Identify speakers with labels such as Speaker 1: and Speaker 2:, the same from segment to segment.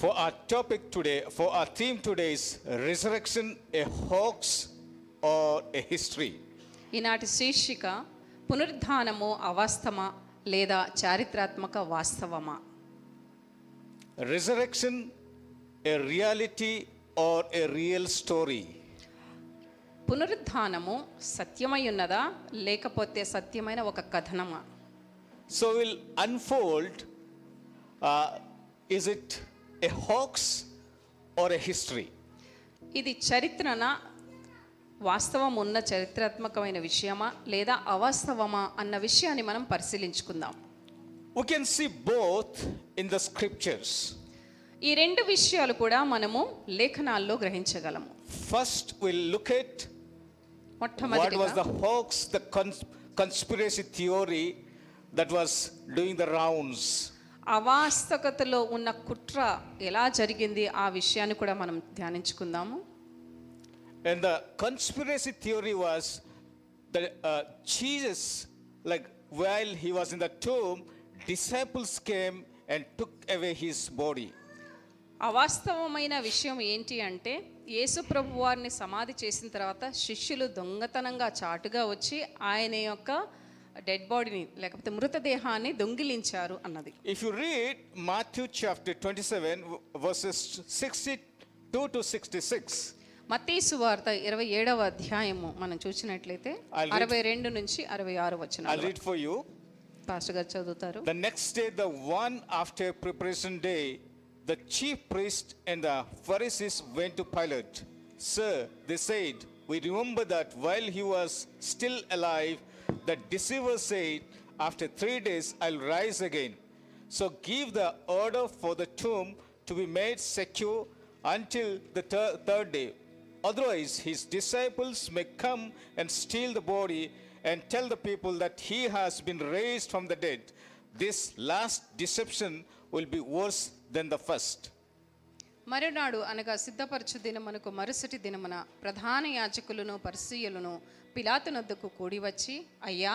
Speaker 1: For our topic today, for our theme today is resurrection a hoax or a history.
Speaker 2: ఈనాటి శీర్షిక పునరుద్ధానము అవాస్తమా లేదా చారిత్రాత్మక వాస్తవమా
Speaker 1: Resurrection a reality or a real story.
Speaker 2: పునరుద్ధానము సత్యమై ఉన్నదా లేకపోతే సత్యమైన ఒక కథనమా
Speaker 1: So we'll unfold uh, is it a hoax or a history?
Speaker 2: ఇది చరిత్రన వాస్తవం ఉన్న చరిత్రాత్మకమైన విషయమా లేదా అవాస్తవమా అన్న విషయాన్ని మనం పరిశీలించుకుందాం
Speaker 1: We can see both in the scriptures.
Speaker 2: ఈ రెండు విషయాలు కూడా మనము లేఖనాల్లో గ్రహించగలము
Speaker 1: First, we'll look at what was the
Speaker 2: మొట్టమొదటిగా
Speaker 1: hoax, the cons- conspiracy theory that was doing the rounds.
Speaker 2: అవాస్తవతలో ఉన్న కుట్ర ఎలా జరిగింది ఆ విషయాన్ని కూడా మనం ధ్యానించుకుందాము
Speaker 1: And the conspiracy theory was that uh, Jesus, like while he was in the tomb, disciples came and took away his body.
Speaker 2: అవాస్తవమైన విషయం ఏంటి అంటే యేసు ప్రభు వారిని సమాధి చేసిన తర్వాత శిష్యులు దొంగతనంగా చాటుగా వచ్చి ఆయన యొక్క డెడ్ బాడీని లేకపోతే మృతదేహాన్ని దొంగిలించారు అన్నది
Speaker 1: If you read Matthew chapter 27, v- verses 62 to 66,
Speaker 2: మత్తీసు వార్త ఇరవై ఏడవ అధ్యాయము మనం చూసినట్లయితే
Speaker 1: I'll read-
Speaker 2: అరవై రెండు నుంచి అరవై ఆరు
Speaker 1: I'll
Speaker 2: వచ్చిన
Speaker 1: read for you.
Speaker 2: పాస్టర్ గారు చదువుతారు
Speaker 1: The next day, the one after preparation day, the chief priest and the Pharisees went to Pilate. Sir, they said, we remember that while he was still alive, the deceiver said, After three days I'll rise again. So give the order for the tomb to be made secure until the thir- third day. Otherwise, his disciples may come and steal the body and tell the people that he has been raised from the dead. This last deception will be worse than the first.
Speaker 2: మరునాడు అనగా సిద్ధపరచు దినమునకు మరుసటి దినమున ప్రధాన యాజకులను పరిసీయులను పిలాతునొద్దకు కూడివచ్చి అయ్యా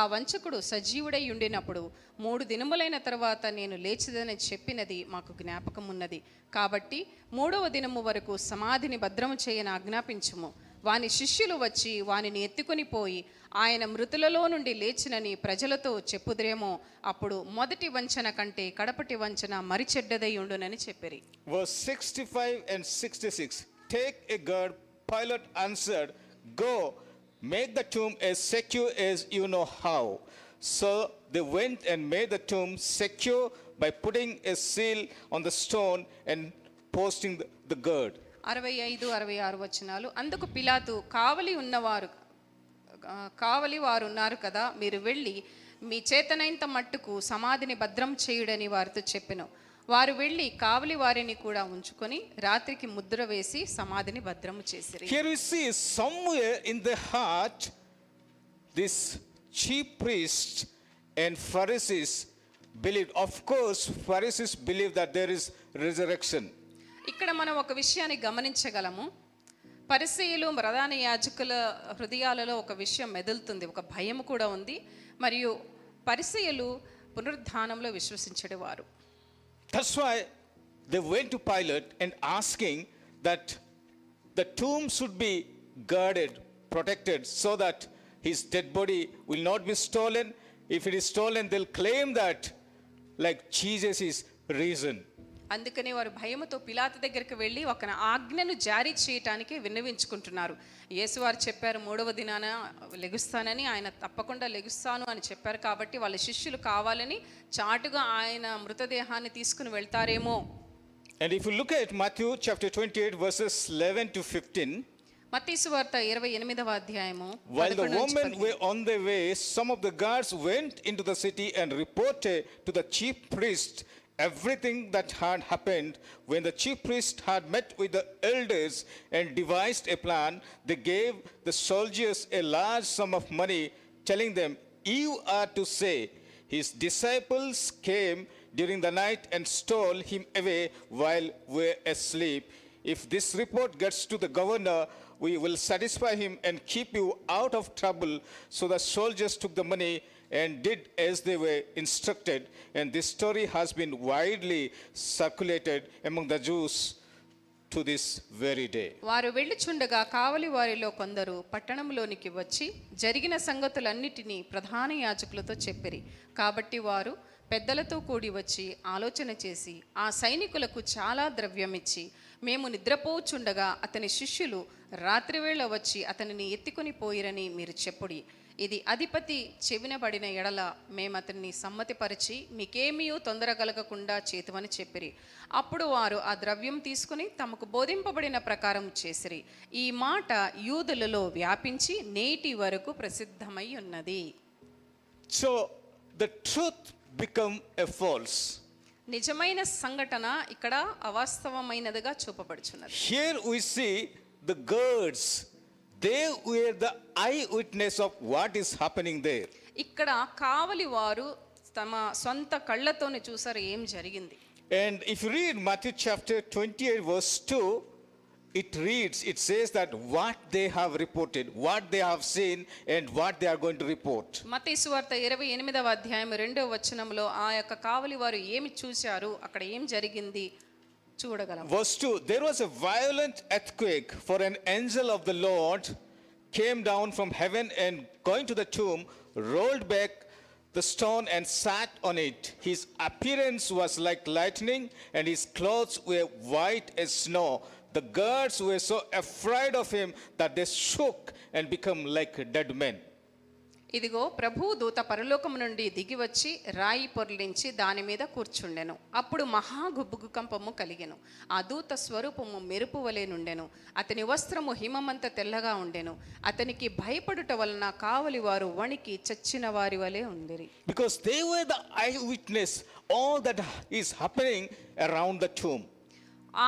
Speaker 2: ఆ వంచకుడు సజీవుడై ఉండినప్పుడు మూడు దినములైన తర్వాత నేను లేచిదని చెప్పినది మాకు జ్ఞాపకమున్నది కాబట్టి మూడవ దినము వరకు సమాధిని భద్రము చేయని ఆజ్ఞాపించుము వాని శిష్యులు వచ్చి వానిని ఎత్తుకొని పోయి ఆయన మృతులలో నుండి లేచినని ప్రజలతో చెప్పుదురేమో అప్పుడు మొదటి వంచన కంటే కడపటి వంచన మరి చెడ్డదై ఉండునని చెప్పిరి
Speaker 1: Verse 65 and 66 Take a guard, Pilate answered, Go, make the tomb as secure as you know how. So they went and made the tomb secure by putting a seal on the stone and posting the, the guard.
Speaker 2: అరవై ఐదు అరవై ఆరు వచనాలు అందుకు పిలాతు కావలి ఉన్నవారు ఆ, కావలి వారు ఉన్నారు కదా మీరు వెళ్ళి మీ చేతనైనంత మట్టుకు సమాధిని భద్రం చేయుడని వారితో చెప్పెను వారు వెళ్ళి కావలి వారిని కూడా ఉంచుకొని రాత్రికి ముద్ర వేసి సమాధిని భద్రము చేసిరి
Speaker 1: Here we see somewhere in the heart, this chief priest and Pharisees believed. Of course, Pharisees believe that there is resurrection.
Speaker 2: ఇక్కడ మనం ఒక విషయాన్ని గమనించగలము పరిశీలు ప్రధాన యాజకుల హృదయాలలో ఒక విషయం మెదులుతుంది ఒక భయం కూడా ఉంది మరియు పరిశీలు పునరుద్ధానంలో విశ్వసించేవారు
Speaker 1: That's why they went to Pilate and asking that the tomb should be guarded, protected, so that his dead body will not be stolen. If it is stolen, they'll claim that like Jesus is risen.
Speaker 2: అందుకనే వారు భయముతో పిలాతు దగ్గరికి వెళ్ళి ఒక ఆజ్ఞను జారీ చేయటానికి విన్నవించుకుంటున్నారు యేసువారు చెప్పారు మూడవ దినాన లెగుస్తానని ఆయన తప్పకుండా లెగుస్తాను అని చెప్పారు కాబట్టి వాళ్ళ శిష్యులు కావాలని చాటుగా ఆయన మృతదేహాన్ని తీసుకుని వెళ్తారేమో
Speaker 1: And if you look at Matthew chapter 28, verses 11 to 15,
Speaker 2: మత్తీసు వార్త ఇరవై ఎనిమిదవ అధ్యాయము
Speaker 1: while the
Speaker 2: 11 నుంచి
Speaker 1: women were on their way, some of the guards went into the city and reported to the chief priest everything that had happened. When the chief priest had met with the elders and devised a plan, they gave the soldiers a large sum of money, telling them, You are to say, his disciples came during the night and stole him away while we're asleep. If this report gets to the governor, we will satisfy him and keep you out of trouble. So the soldiers took the money and did as they were instructed. And this story has been widely circulated among the Jews to this very day.
Speaker 2: వారు వెళ్ళుచుండగా కావలి వారిలో కొందరు పట్టణంలోనికి వచ్చి జరిగిన సంగతులన్నిటినీ ప్రధాన యాజకులతో చెప్పిరి కాబట్టి వారు పెద్దలతో కూడి వచ్చి ఆలోచన చేసి ఆ సైనికులకు చాలా ద్రవ్యమిచ్చి మేము నిద్రపోచుండగా అతని శిష్యులు రాత్రివేళ వచ్చి అతనిని ఎత్తుకొని పోయిరని మీరు చెప్పుడి ఇది అధిపతి చెవినబడిన ఎడల మేము అతన్ని సమ్మతిపరిచి మీకేమీయూ తొందర కలగకుండా చేతుమని చెప్పిరి అప్పుడు వారు ఆ ద్రవ్యం తీసుకుని తమకు బోధింపబడిన ప్రకారం చేసిరి ఈ మాట యూదులలో వ్యాపించి నేటి వరకు ప్రసిద్ధమై ఉన్నది
Speaker 1: So the truth become a false.
Speaker 2: నిజమైన సంఘటన ఇక్కడ అవాస్తవమైనదిగా చూపబడుచున్నది
Speaker 1: Here we see the girls. They were the eyewitness of what is happening there.
Speaker 2: ఇక్కడ కావలి వారు తమ సొంత కళ్ళతోనే చూసారు ఏం జరిగింది
Speaker 1: And if you read Matthew chapter 28, verse 2, it reads, it says that what they have reported, what they have seen, and what they are going to report.
Speaker 2: మత్తయి సువార్త ఇరవై ఎనిమిదవ అధ్యాయం రెండవ వచనంలో ఆ యొక్క కావలి వారు ఏమి చూశారు అక్కడ ఏం జరిగింది చూడగలం
Speaker 1: Verse 2 There was a violent earthquake, for an angel of the Lord came down from heaven and going to the tomb, rolled back the stone and sat on it. His appearance was like lightning, and his clothes were white as snow. The guards were so afraid of him that they shook and became like dead men.
Speaker 2: ఇదిగో ప్రభు దూత పరలోకము నుండి దిగి వచ్చి రాయి పొర్లించి దాని మీద కూర్చుండెను అప్పుడు మహా గుబ్బుకంపము కలిగెను ఆ దూత స్వరూపము మెరుపు వలె నుండెను అతని వస్త్రము హిమమంత తెల్లగా ఉండెను అతనికి భయపడుట వలన కావలి వారు వణికి చచ్చిన వారి వలె ఉండిరి
Speaker 1: Because they were the eyewitness all that is happening around the tomb.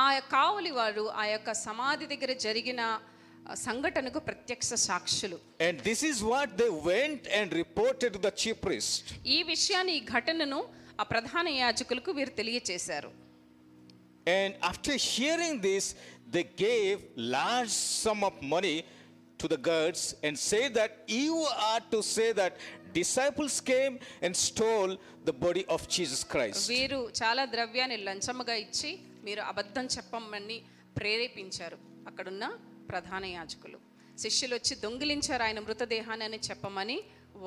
Speaker 2: ఆ కావలి వారు ఆ యొక్క సమాధి దగ్గర జరిగిన ఆ, సంఘటనకు ప్రత్యక్ష సాక్షులు
Speaker 1: And this is what they went and reported to the chief priest.
Speaker 2: ఈ విషయాన్ని ఈ ఘటనను ఆ ప్రధాన యాజకులకు వీరు తెలియచేశారు
Speaker 1: And after hearing this, they gave large sum of money to the guards and said that you are to say that disciples came and stole the body of Jesus Christ.
Speaker 2: వీరు చాలా ద్రవ్యాన్ని లంచముగా ఇచ్చి మీరు అబద్ధం చెప్పమని ప్రేరేపించారు అక్కడున్న ప్రధాన యాజకులు శిష్యులు వచ్చి దొంగిలించారు ఆయన మృతదేహాన్ని అని చెప్పమని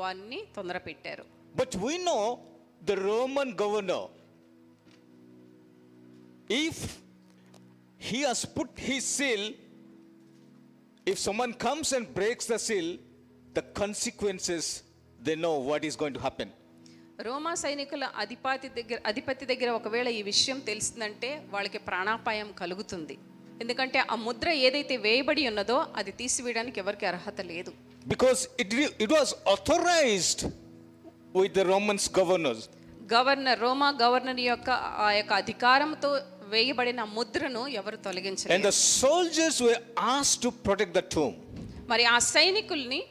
Speaker 2: వారిని తొందర పెట్టారు
Speaker 1: But we know the Roman governor, if he has put his seal, if someone comes and breaks the seal, the consequences, they know what is going to happen.
Speaker 2: రోమా సైనికుల అధిపతి దగ్గర అధిపతి దగ్గర ఒకవేళ ఈ విషయం తెలిసిందంటే వాళ్ళకి ప్రాణాపాయం కలుగుతుంది ఎందుకంటే ఆ ముద్ర ఏదైతే వేయబడి ఉన్నదో అది తీసివేయడానికి ఎవరికి అర్హత లేదు
Speaker 1: Because it, re- it was authorized with the Romans governors.
Speaker 2: Governor రోమా గవర్నర్ యొక్క ఆ యొక్క అధికారంతో వేయబడిన ముద్రను ఎవరు
Speaker 1: And
Speaker 2: తొలగించలేదు
Speaker 1: the soldiers were asked to protect the tomb.
Speaker 2: మరి ఆ సైనికుల్ని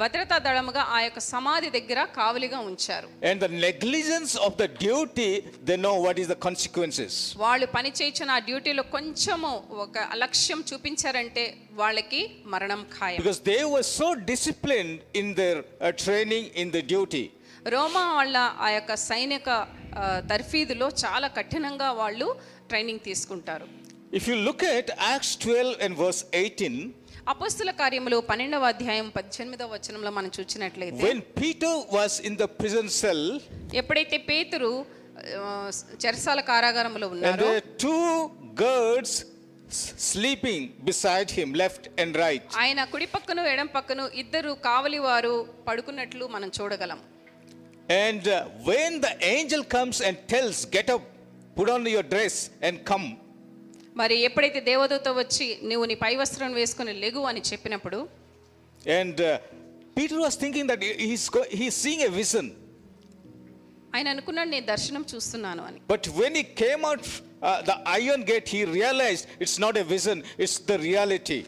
Speaker 2: భద్రతా దళముగా ఆ యొక్క సమాధి దగ్గర కావలిగా ఉంచారు
Speaker 1: And the negligence of the duty, they know what is the consequences.
Speaker 2: వాళ్ళు పని చేయించిన ఆ డ్యూటీలో కొంచెము ఒక అలక్ష్యం చూపించారంటే వాళ్ళకి మరణం ఖాయం
Speaker 1: Because they were so disciplined in their uh, training, in their duty.
Speaker 2: రోమా వాళ్ళ ఆ యొక్క సైనిక ఆ, తర్ఫీదులో చాలా కఠినంగా వాళ్ళు ట్రైనింగ్ తీసుకుంటారు
Speaker 1: If you look at Acts 12 and verse 18,
Speaker 2: అపస్తుల కార్యములు పన్నెండవ అధ్యాయం పద్దెనిమిదవ వచనంలో మనం చూసినట్లయితే
Speaker 1: when Peter was in the prison cell,
Speaker 2: ఎప్పుడైతే పేతురు ఆ, చెరసాల కారాగారంలో
Speaker 1: and
Speaker 2: ఉన్నారో
Speaker 1: there were two guards s- sleeping beside him, left and right.
Speaker 2: ఆయన కుడి పక్కను ఎడం పక్కను ఇద్దరు కావలి వారు పడుకున్నట్లు మనం చూడగలం
Speaker 1: And uh, when the angel comes and tells, Get up, put on your dress, and come,
Speaker 2: మరి ఎప్పుడైతే దేవదూత వచ్చి నువ్వు నీ పై వస్త్రం వేసుకుని లెగు అని చెప్పినప్పుడు
Speaker 1: and uh, Peter was thinking that he- he's, go- he's seeing a vision.
Speaker 2: ఆయన అనుకున్నాడు నేను దర్శనం చూస్తున్నాను అని
Speaker 1: But when he came out uh, the iron gate, he realized it's not a vision, it's the reality.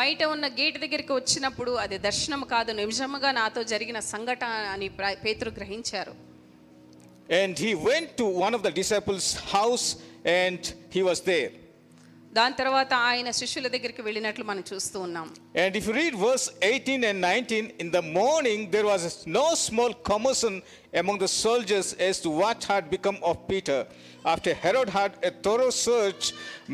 Speaker 2: బయట ఉన్న gate దగ్గరికి వచ్చినప్పుడు అది దర్శనం కాదు నిజముగా నాతో జరిగిన సంఘటన అని ప్ర- పేతురు గ్రహించారు
Speaker 1: And he went to one of the disciples' house and he was there.
Speaker 2: దాని తర్వాత ఆయన శిష్యుల దగ్గరికి వెళ్ళినట్లు మనం చూస్తూ ఉన్నాం
Speaker 1: And if you read verse 18 and 19, in the morning there was no small commotion among the soldiers as to what had become of Peter. After Herod had a thorough search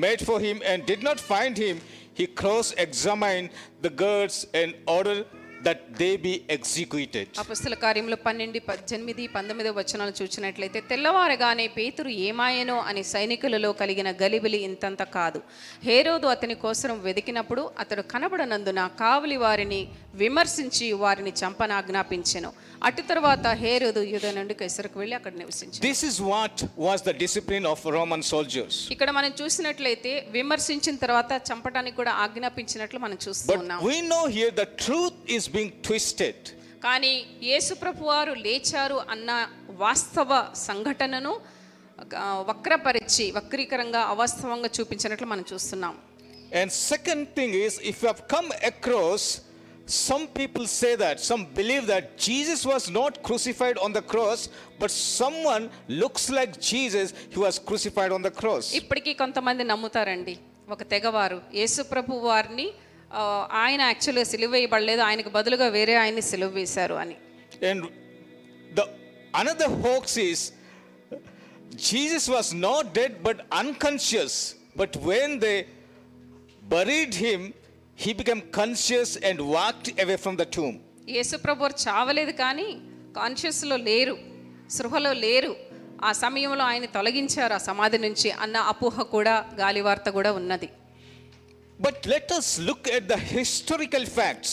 Speaker 1: made for him and did not find him, he cross examined the guards and ordered that they be executed.
Speaker 2: అపస్తుల కార్యంలో పన్నెండు పద్దెనిమిది పంతొమ్మిదో వచనాలు చూసినట్లయితే తెల్లవారగానే పేతురు ఏమాయనో అని సైనికులలో కలిగిన గలిబిలి ఇంతంత కాదు హేరోదు అతని కోసం వెదికినప్పుడు అతడు కనబడనందున కావలి వారిని విమర్శించి వారిని చంపనాజ్ఞాపించెను అటు తర్వాత హేరోదు యుధ నుండి కైసరకు వెళ్ళి అక్కడ నివసించాడు
Speaker 1: This is what was the discipline of Roman soldiers.
Speaker 2: ఇక్కడ మనం చూసినట్లయితే విమర్శించిన తర్వాత చంపటానికి కూడా ఆజ్ఞాపించినట్లు మనం చూస్తూ
Speaker 1: But
Speaker 2: ఉన్నాం
Speaker 1: we know here the truth is being twisted.
Speaker 2: కానీ యేసుప్రభు వారు లేచారు అన్న వాస్తవ సంఘటనను ఆ, వక్రపరిచి వక్రీకరంగా అవాస్తవంగా చూపించినట్లు మనం చూస్తున్నాం
Speaker 1: And second thing is, if you have come across, some people say that, some believe that Jesus was not crucified on the cross, but someone looks like Jesus who was crucified on the cross.
Speaker 2: ఇప్పటికీ కొంతమంది నమ్ముతారండి ఒక తెగవారు యేసుప్రభు వారిని ఆ, ఆయన యాక్చువల్గా సిలువ వేయబడలేదు ఆయనకు బదులుగా వేరే ఆయన్ని సిలువ వేశారు అని
Speaker 1: And the another hoax is, Jesus was not dead but unconscious. But when they buried him, he became conscious and walked away from the tomb.
Speaker 2: యేసుప్రభు వారు చావలేదు కానీ కాన్షియస్లో లేరు సృహలో లేరు ఆ సమయంలో ఆయన తొలగించారు ఆ సమాధి నుంచి అన్న అపోహ కూడా గాలివార్త కూడా ఉన్నది
Speaker 1: But let us look at the historical facts.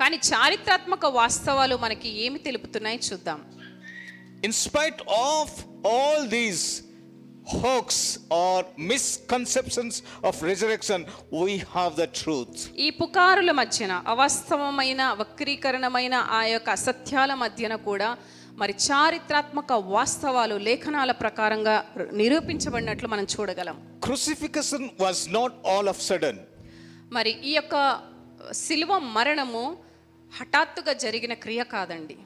Speaker 2: కానీ చారిత్రాత్మక వాస్తవాలు మనకి ఏమి తెలుపుతున్నాయి చూద్దాం
Speaker 1: In spite of all these hoax or misconceptions of resurrection, we have the truth.
Speaker 2: ఈ పుకారుల మధ్యన అవాస్తవమైన వక్రీకరణమైన ఆ యొక్క అసత్యాల మధ్యన కూడా మరి చారిత్రాత్మక వాస్తవాలు లేఖనాల ప్రకారంగా నిరూపించబడినట్లు మనం చూడగలం
Speaker 1: Crucifixion was not all of sudden.
Speaker 2: మరి ఈ యొక్క శిలువ మరణము హఠాత్తుగా జరిగిన క్రియ కాదండి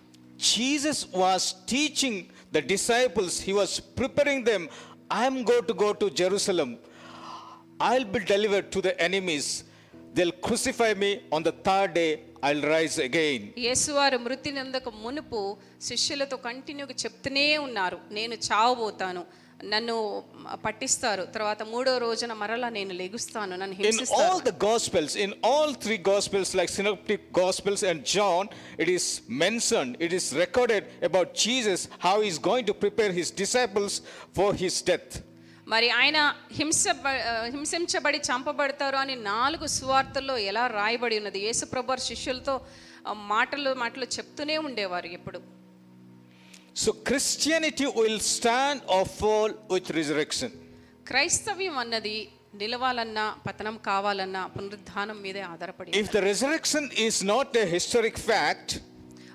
Speaker 1: Jesus was teaching the disciples, he was preparing them. I am going to go to Jerusalem. I'll be delivered to the enemies. They'll crucify me on the third day. I'll rise again.
Speaker 2: యేసువారు మృతి నందక మునుపు శిష్యులతో కంటిన్యూగా చెప్తూనే ఉన్నారు నేను చావబోతాను నన్ను పట్టిస్తారు తర్వాత మూడో రోజున మరలా నేను లెగుస్తాను నన్ను
Speaker 1: In all
Speaker 2: హింసిస్తారు
Speaker 1: the Gospels, in all three Gospels, like Synoptic Gospels and John, it is mentioned, it is recorded about Jesus, how he is going to prepare his disciples for his death.
Speaker 2: మరి ఆయన హింస హింసించబడి చంపబడతారు అని నాలుగు సువార్తల్లో ఎలా రాయబడి ఉన్నది యేసుప్రభు వారు శిష్యులతో ఆ, మాటలు మాటలు చెప్తూనే ఉండేవారు ఎప్పుడు
Speaker 1: So Christianity will stand or fall with resurrection.
Speaker 2: క్రైస్తవ్యం అన్నది నిలవాలన్నా పతనం కావాలన్నా పునరుద్ధానం మీదే ఆధారపడి
Speaker 1: If the resurrection is not a historic fact,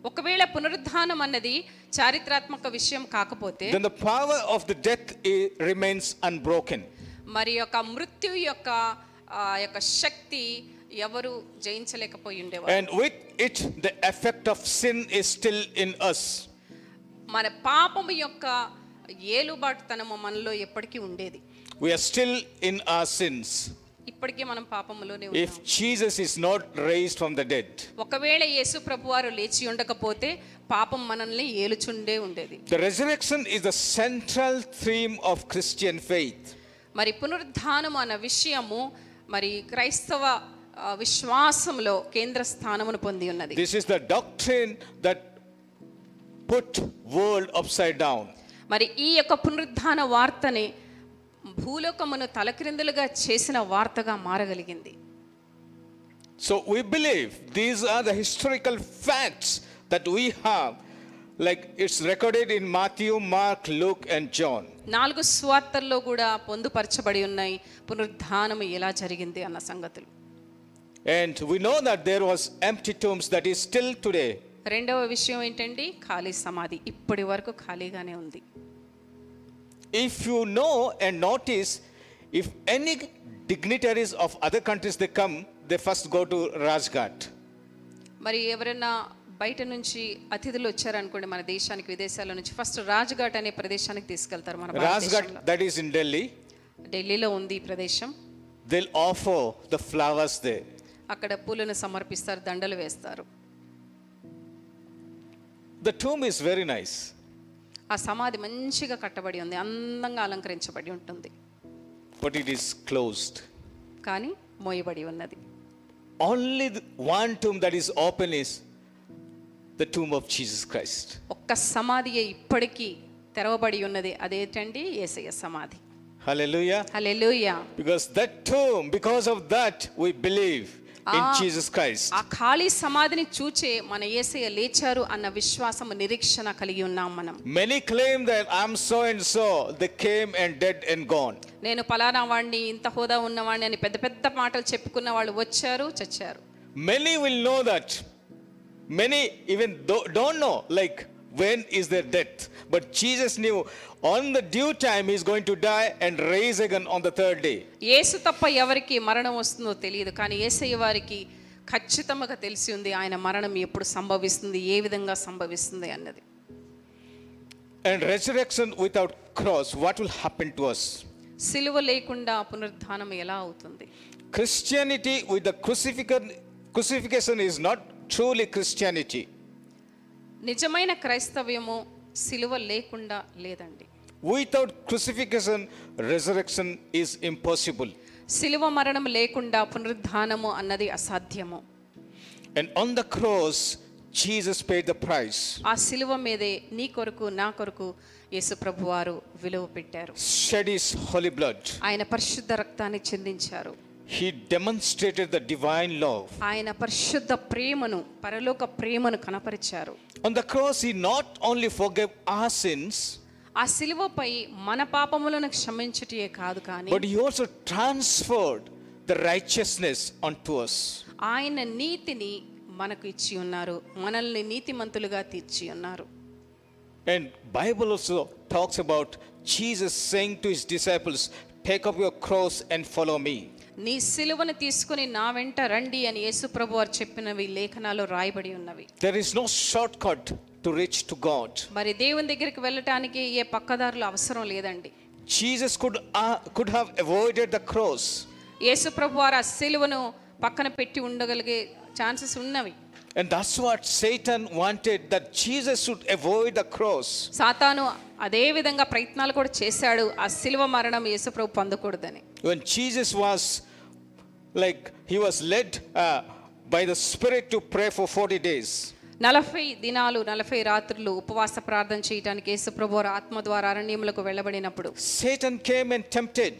Speaker 2: ఒకవేళ పునరుద్ధానం అన్నది చారిత్రాత్మక విషయం కాకపోతే
Speaker 1: then the power of the death i- remains unbroken.
Speaker 2: మరి యొక్క మృత్యు యొక్క ఆ యొక్క శక్తి ఎవరు జయించలేకపోయి ఉండేవారు
Speaker 1: And with it, the effect of sin is still in us.
Speaker 2: మన పాపము యొక్క ఏలుబాటుతనము మనలో ఎప్పటికీ ఉండేది
Speaker 1: We are still in our sins.
Speaker 2: ఇప్పటికీ మనం పాపములోనే ఉన్నాం
Speaker 1: If Jesus is not raised from the dead,
Speaker 2: ఒకవేళ యేసు ప్రభువారు లేచి ఉండకపోతే పాపం మనల్ని ఏలుచుండే ఉండేది
Speaker 1: the resurrection is the central theme of Christian faith.
Speaker 2: మరి పునరుద్ధానం అన్న విషయము మరి క్రైస్తవ ఆ, విశ్వాసంలో కేంద్ర స్థానమును పొంది ఉన్నది
Speaker 1: This is the doctrine that put world upside down.
Speaker 2: మరి ఈ యొక్క పునరుద్ధాన వార్తని భూలోకమును తలక్రిందులుగా చేసిన వార్తగా మారగలిగింది
Speaker 1: So we believe these are the historical facts that we have, like it's recorded in Matthew, Mark, Luke, and John.
Speaker 2: నాలుగు స్వార్తల్లో కూడా పొందుపరచబడి ఉన్నాయి పునరుద్ధానము ఎలా జరిగింది అన్న సంగతులు
Speaker 1: And we know that there was empty tombs that is still today.
Speaker 2: రెండవ విషయం ఏంటండి ఖాళీ సమాధి ఇప్పటి వరకు ఖాళీగానే ఉంది
Speaker 1: If you know and notice, if any dignitaries of other countries they come, they first go to Rajghat.
Speaker 2: మరి ఎవరైనా బయట నుంచి అతిథులు వచ్చారనుకోండి మన దేశానికి విదేశాల నుంచి ఫస్ట్ రాజ్ఘాట్ అనే ప్రదేశానికి తీసుకెళ్తారు మన భారతదేశంలో.
Speaker 1: Rajghat that is in Delhi,
Speaker 2: ఢిల్లీలో ఉంది ఈ ప్రదేశం
Speaker 1: they'll offer the flowers there.
Speaker 2: అక్కడ పూలను సమర్పిస్తారు దండలు వేస్తారు
Speaker 1: The tomb is very nice.
Speaker 2: ఆ సమాధి మంచిగా కట్టబడి ఉంది అందంగా అలంకరించబడి ఉంటుంది
Speaker 1: but it is closed.
Speaker 2: కానీ మోయబడి ఉన్నది
Speaker 1: Only th- one tomb that is open is the tomb of Jesus Christ.
Speaker 2: ఒక్క సమాధియే ఇప్పటికీ తెరవబడి ఉన్నది అదేంటండి ఏసయ్య సమాధి
Speaker 1: Hallelujah.
Speaker 2: Hallelujah
Speaker 1: Because that tomb, because of that, we believe
Speaker 2: Ah.
Speaker 1: in Jesus Christ.
Speaker 2: ఆ ఖాళీ సమాధిని చూచే మన ఏసయ్య లేచారు అన్న విశ్వాసము నిరీక్షణ కలిగి ఉన్నాం మనం
Speaker 1: Many claim that I'm so and so, they came and dead and gone.
Speaker 2: నేను పలానా వాడిని ఇంత హోదా ఉన్నవాడిని అని పెద్ద పెద్ద మాటలు చెప్పుకున్న వాళ్ళు వచ్చారు చచ్చారు
Speaker 1: Many will know that. Many even do- don't know, like, when is their death. But Jesus knew on the due time he's going to die and rise again on the third day.
Speaker 2: యేసు తప్ప ఎవరికి మరణం వస్తుందో తెలియదు కానీ యేసయ్య వారికి ఖచ్చితంగా తెలిసి ఉంది ఆయన మరణం ఎప్పుడు సంభవిస్తుంది ఏ విధంగా సంభవిస్తుంది అన్నది
Speaker 1: And resurrection without cross, what will happen to us?
Speaker 2: సిలువ లేకుండా పునరుద్ధానం ఎలా అవుతుంది
Speaker 1: Christianity with the crucifixion, crucifixion is not truly Christianity.
Speaker 2: నిజమైన క్రైస్తవ్యము సిలువ లేకుండా లేదండి
Speaker 1: Without crucifixion, resurrection is impossible.
Speaker 2: సిలువ మరణం లేకుండా పునరుద్ధానము అన్నది అసాధ్యము
Speaker 1: And on the cross, Jesus paid the price,
Speaker 2: ఆ సిలువ మీదే నీ కొరకు నా కొరకు యేసు ప్రభువారు విలువ పెట్టారు
Speaker 1: shed his holy blood.
Speaker 2: ఆయన పరిశుద్ధ రక్తాన్ని చెందించారు
Speaker 1: He demonstrated the divine love.
Speaker 2: ఆయన పరిశుద్ధ ప్రేమను పరలోక ప్రేమను కనపరిచారు
Speaker 1: On the cross, he not only forgave our sins,
Speaker 2: ఆ సిలువపై మన పాపములను క్షమించుటయే కాదు కానీ
Speaker 1: but he also transferred the righteousness onto us.
Speaker 2: ఆయన నీతిని మనకు ఇచ్చి ఉన్నారు మనల్ని నీతిమంతులుగా తీర్చి ఉన్నారు
Speaker 1: And Bible also talks about Jesus saying to his disciples, "Take up your cross and follow me."
Speaker 2: నీ సిలువను తీసుకుని నా వెంట రండి అని యేసుప్రభు వారు చెప్పినవి లేఖనాలు రాయబడి ఉన్నవి
Speaker 1: There is no shortcut to reach to God.
Speaker 2: మరి దేవుని దగ్గరికి వెళ్ళటానికి ఏ పక్కదారులు అవసరం లేదండి
Speaker 1: Jesus could uh, could have avoided the cross,
Speaker 2: యేసుప్రభు వారు ఆ సిలువను పక్కన పెట్టి ఉండగలిగే ఛాన్సెస్ ఉన్నవి
Speaker 1: and that's what Satan wanted that Jesus should avoid the cross.
Speaker 2: సాతాను అదే విధంగా ప్రయత్నాలు కూడా చేశాడు ఆ సిలువ మరణం యేసుప్రభు పొందకూడదని
Speaker 1: When Jesus was like he was led uh, by the Spirit to pray for 40 days.
Speaker 2: నలభై దినాలు నలభై రాత్రులు ఉపవాస ప్రార్థన చేయడానికి యేసుప్రభు వారు ఆత్మ ద్వారా అరణ్యములకు వెళ్ళబడినప్పుడు
Speaker 1: Satan came and tempted.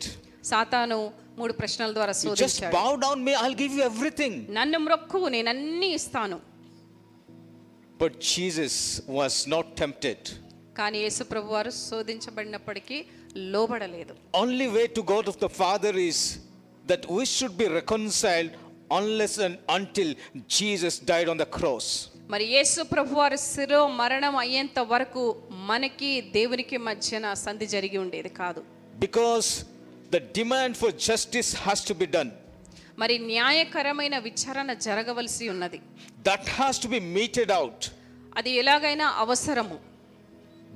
Speaker 2: సాతాను మూడు ప్రశ్నల ద్వారా
Speaker 1: You just
Speaker 2: శోధించాడు
Speaker 1: bow down me, I'll give you everything.
Speaker 2: నన్ను మ్రొక్కు నేనన్నీ ఇస్తాను
Speaker 1: But Jesus was not tempted.
Speaker 2: కానీ యేసుప్రభు వారు శోధించబడినప్పటికీ లోబడలేదు
Speaker 1: Only way to God of the Father is that we should be reconciled unless and until Jesus died on the cross.
Speaker 2: మరి యేసు ప్రభు వారు శిరో మరణం అయ్యేంత వరకు మనకి దేవునికి మధ్యన సంధి జరిగి ఉండేది కాదు
Speaker 1: Because the demand for justice has to be done.
Speaker 2: మరి న్యాయకరమైన విచారణ జరగవలసి ఉన్నది
Speaker 1: That has to be meted out.
Speaker 2: అది ఎలాగైనా అవసరము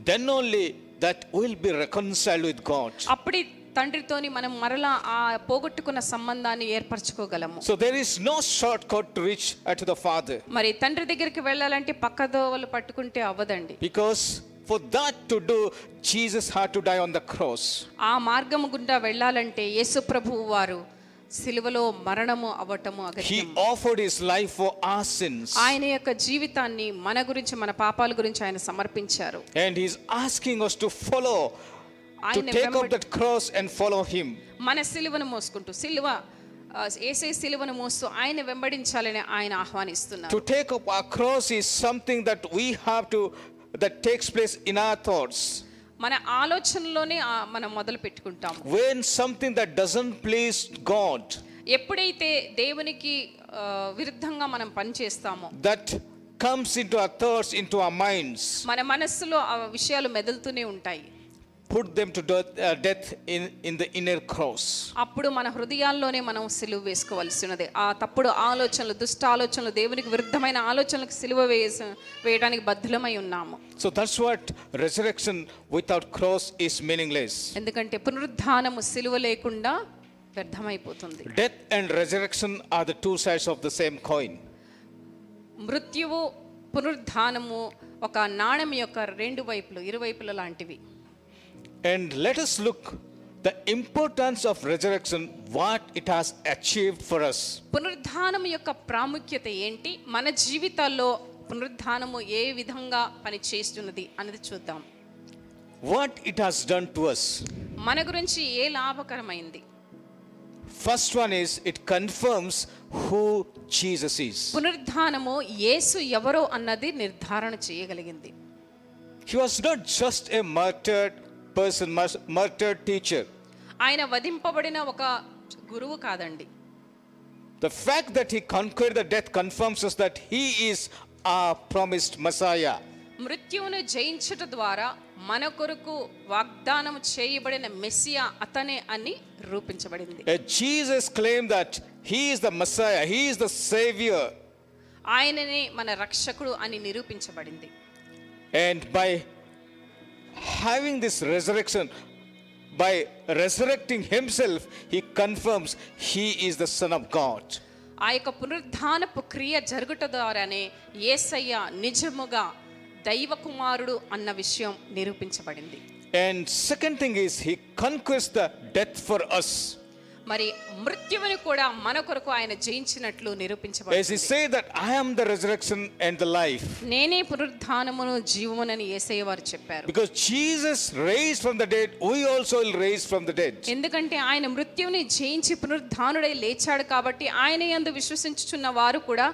Speaker 1: Then only that will be reconciled with God.
Speaker 2: అప్పుడే తండ్రితోని మనం మరలా ఆ పోగొట్టుకున్న సంబంధాన్ని ఏర్పరచుకోగలము
Speaker 1: So there is no shortcut to reach uh, to the Father.
Speaker 2: మరి తండ్రి దగ్గరికి వెళ్ళాలంటే పక్కదోవలు పట్టుకుంటే అవ్వదండి
Speaker 1: Because for that to do, Jesus had to die on the cross.
Speaker 2: ఆ మార్గము గుండా వెళ్ళాలంటే యేసు ప్రభువు వారు సిలువలో మరణము అవ్వటము
Speaker 1: He
Speaker 2: అగత్యం
Speaker 1: offered his life for our sins.
Speaker 2: ఆయన యొక్క జీవితాన్ని మన గురించి మన పాపాల గురించి ఆయన సమర్పించారు
Speaker 1: And he's asking us to follow, to
Speaker 2: ఆయన
Speaker 1: take up
Speaker 2: వెంబడి-
Speaker 1: that cross and follow him.
Speaker 2: మన సిలువను మోసుకుంటూ సిలువ ఆ, ఏసే సిలువను మోస్తూ ఆయన వెంబడించాలని ఆయన ఆహ్వానిస్తున్నారు
Speaker 1: To take up our cross is something that we have to, that takes place in our thoughts.
Speaker 2: మన ఆలోచనలోనే ఆ మనం మొదలు పెట్టుకుంటాము
Speaker 1: When something that doesn't please God,
Speaker 2: ఎప్పుడైతే దేవునికి ఆ, విరుద్ధంగా మనం పనిచేస్తామో
Speaker 1: that comes into our thoughts, into our minds,
Speaker 2: మన మనస్సులో ఆ విషయాలు మెదులుతూనే ఉంటాయి
Speaker 1: put them to death, uh, death in, in the inner cross.
Speaker 2: అప్పుడు మన హృదయాల్లోనే మనం సిలువ వేసుకోవాల్సి ఉన్నది ఆ తప్పుడు ఆలోచనలు దుష్ట ఆలోచనలు దేవునికి విరుద్ధమైన ఆలోచనలకు సిలువ వేస వేయడానికి బద్ధులమై ఉన్నాము
Speaker 1: So that's what resurrection without cross is meaningless.
Speaker 2: ఎందుకంటే పునరుద్ధానము సిలువ లేకుండా వ్యర్థమైపోతుంది
Speaker 1: Death and resurrection are the two sides of the same coin.
Speaker 2: మృత్యువు పునరుద్ధానము ఒక నాణెం యొక్క రెండు వైపులు ఇరువైపుల లాంటివి
Speaker 1: And let us look the importance of resurrection, what it has achieved for us.
Speaker 2: పునరుద్ధానం యొక్క ప్రాముఖ్యత ఏంటి మన జీవితాల్లో పునరుద్ధానము ఏ విధంగా పనిచేస్తున్నది అనేది చూద్దాం
Speaker 1: What it has done to us.
Speaker 2: మన గురించి ఏ లాభకరమైంది
Speaker 1: First one is it confirms who Jesus is.
Speaker 2: పునరుద్ధానము యేసు ఎవరో అన్నది నిర్ధారణ చేయగలిగింది
Speaker 1: He was not just a martyred person, mur- martyred teacher.
Speaker 2: ఆయన వధింపబడిన ఒక గురువు కాదండి
Speaker 1: The fact that he conquered the death confirms us that he is our promised Messiah.
Speaker 2: మృత్యువును జయించుట ద్వారా మన కొరకు వాగ్దానం చేయబడిన మెస్సియా అతనే అని రూపించబడింది
Speaker 1: Uh, Jesus claimed that he is the Messiah, he is the Savior.
Speaker 2: ఆయననే మన రక్షకుడు అని నిరూపించబడింది
Speaker 1: And by having this resurrection, by resurrecting himself, he confirms he is the Son of God.
Speaker 2: ఆ యొక్క పునరుద్ధానపు క్రియ జరుగుట ద్వారానే యేసయ్య నిజముగా దైవ కుమారుడు అన్న విషయం నిరూపించబడింది
Speaker 1: And second thing is, he conquers the death for us.
Speaker 2: మరి మృత్యువుని కూడా మన కొరకు ఆయన జయించినట్లు
Speaker 1: As he
Speaker 2: నిరూపించబడింది
Speaker 1: said that I am the resurrection and the life.
Speaker 2: నేనే పునరుద్ధానమును జీవమునని యేసయ్య వారు చెప్పారు
Speaker 1: Because Jesus raised from the dead, we also will raise from the dead.
Speaker 2: ఎందుకంటే ఆయన మృత్యువుని జయించి పునరుద్ధానుడై లేచాడు కాబట్టి ఆయన యందు విశ్వసించుచున్న వారు కూడా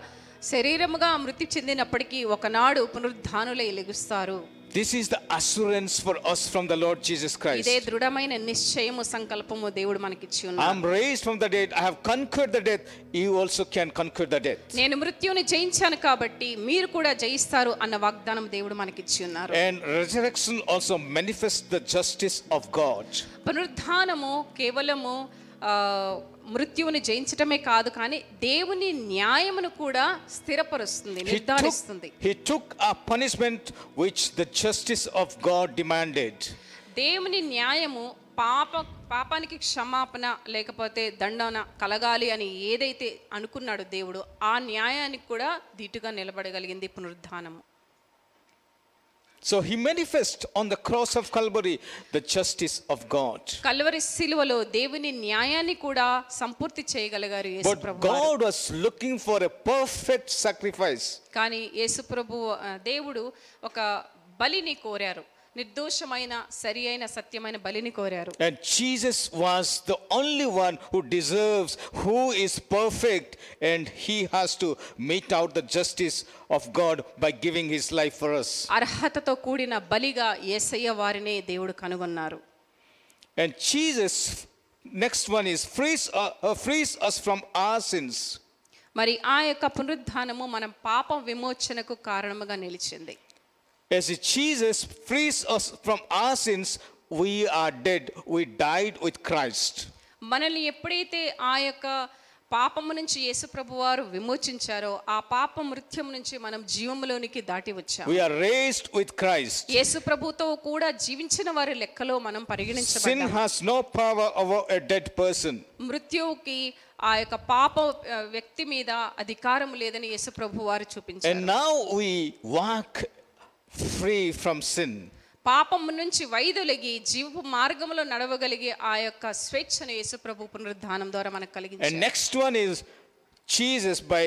Speaker 2: శరీరముగా మృతి చెందినప్పటికీ ఒకనాడు పునరుద్ధానులై లెగుస్తారు
Speaker 1: This is the assurance for us from the Lord Jesus
Speaker 2: ఇదే
Speaker 1: Christ.
Speaker 2: దృఢమైన నిశ్చయము సంకల్పము దేవుడు మనకిచ్చి
Speaker 1: I
Speaker 2: ఉన్నాడు
Speaker 1: am raised from the dead, I have conquered the death, you also can conquer the death.
Speaker 2: నేను మృత్యువుని జయించాను కాబట్టి మీరు కూడా జయిస్తారు అన్న వాగ్దానం దేవుడు మనకిచ్చి ఉన్నారు
Speaker 1: And resurrection also manifests the justice of God.
Speaker 2: పునరుద్ధానము కేవలము ఆ, మృత్యువుని జయించటమే కాదు కానీ దేవుని న్యాయమును కూడా స్థిరపరుస్తుంది
Speaker 1: He took,
Speaker 2: నిర్ధారిస్తుంది
Speaker 1: he took a punishment which the justice of God demanded.
Speaker 2: దేవుని న్యాయము పాప పాపానికి క్షమాపణ లేకపోతే దండన కలగాలి అని ఏదైతే అనుకున్నాడు దేవుడు ఆ న్యాయానికి కూడా ధీటుగా నిలబడగలిగింది పునరుద్ధానము
Speaker 1: So he manifests on the cross of Calvary the justice of God.
Speaker 2: Calvary శిలువలో దేవుని న్యాయాన్ని కూడా సంపూర్తి చేయగలిగారు
Speaker 1: But
Speaker 2: యేసుప్రభు వారు.
Speaker 1: God was looking for a perfect sacrifice.
Speaker 2: కానీ యేసుప్రభు ఆ, దేవుడు ఒక బలిని కోరారు నిర్దోషమైన సరి అయిన సత్యమైన బలిని కోరారు
Speaker 1: And Jesus was the only one who deserves, who is perfect, and he has to mete out the justice of God by giving his life for us.
Speaker 2: అర్హతతో కూడిన బలిగా యేసయ్య వారినే దేవుడు కనుగొన్నారు
Speaker 1: And Jesus, next one is frees, uh, uh, frees us from our sins.
Speaker 2: మరి ఆ యొక్క పునరుద్ధానము మన పాప విమోచనకు కారణముగా నిలిచింది
Speaker 1: As Jesus frees us from our sins, we are dead. We died with Christ.
Speaker 2: మనల్ని ఎప్పుడైతే ఆ యొక్క పాపము నుంచి యేసుప్రభు వారు విమోచించారో ఆ పాప మృత్యం నుంచి మనం జీవములోనికి దాటి వచ్చాం
Speaker 1: We are raised with Christ.
Speaker 2: యేసు ప్రభుతో కూడా జీవించిన వారి లెక్కలో మనం
Speaker 1: Sin
Speaker 2: పరిగణించబడ్డాం
Speaker 1: has no power over a dead person.
Speaker 2: మృత్యువుకి ఆ యొక్క పాప ఆ, వ్యక్తి మీద అధికారం లేదని యేసు ప్రభు వారు చూపించారు
Speaker 1: And now we walk free from sin.
Speaker 2: పాపం నుంచి వైదొలిగి జీవపు మార్గంలో నడవగలిగే ఆ యొక్క స్వేచ్ఛను యేసు ప్రభు పునరుద్ధానం ద్వారా మనకు కలిగించారు
Speaker 1: And next one is Jesus, by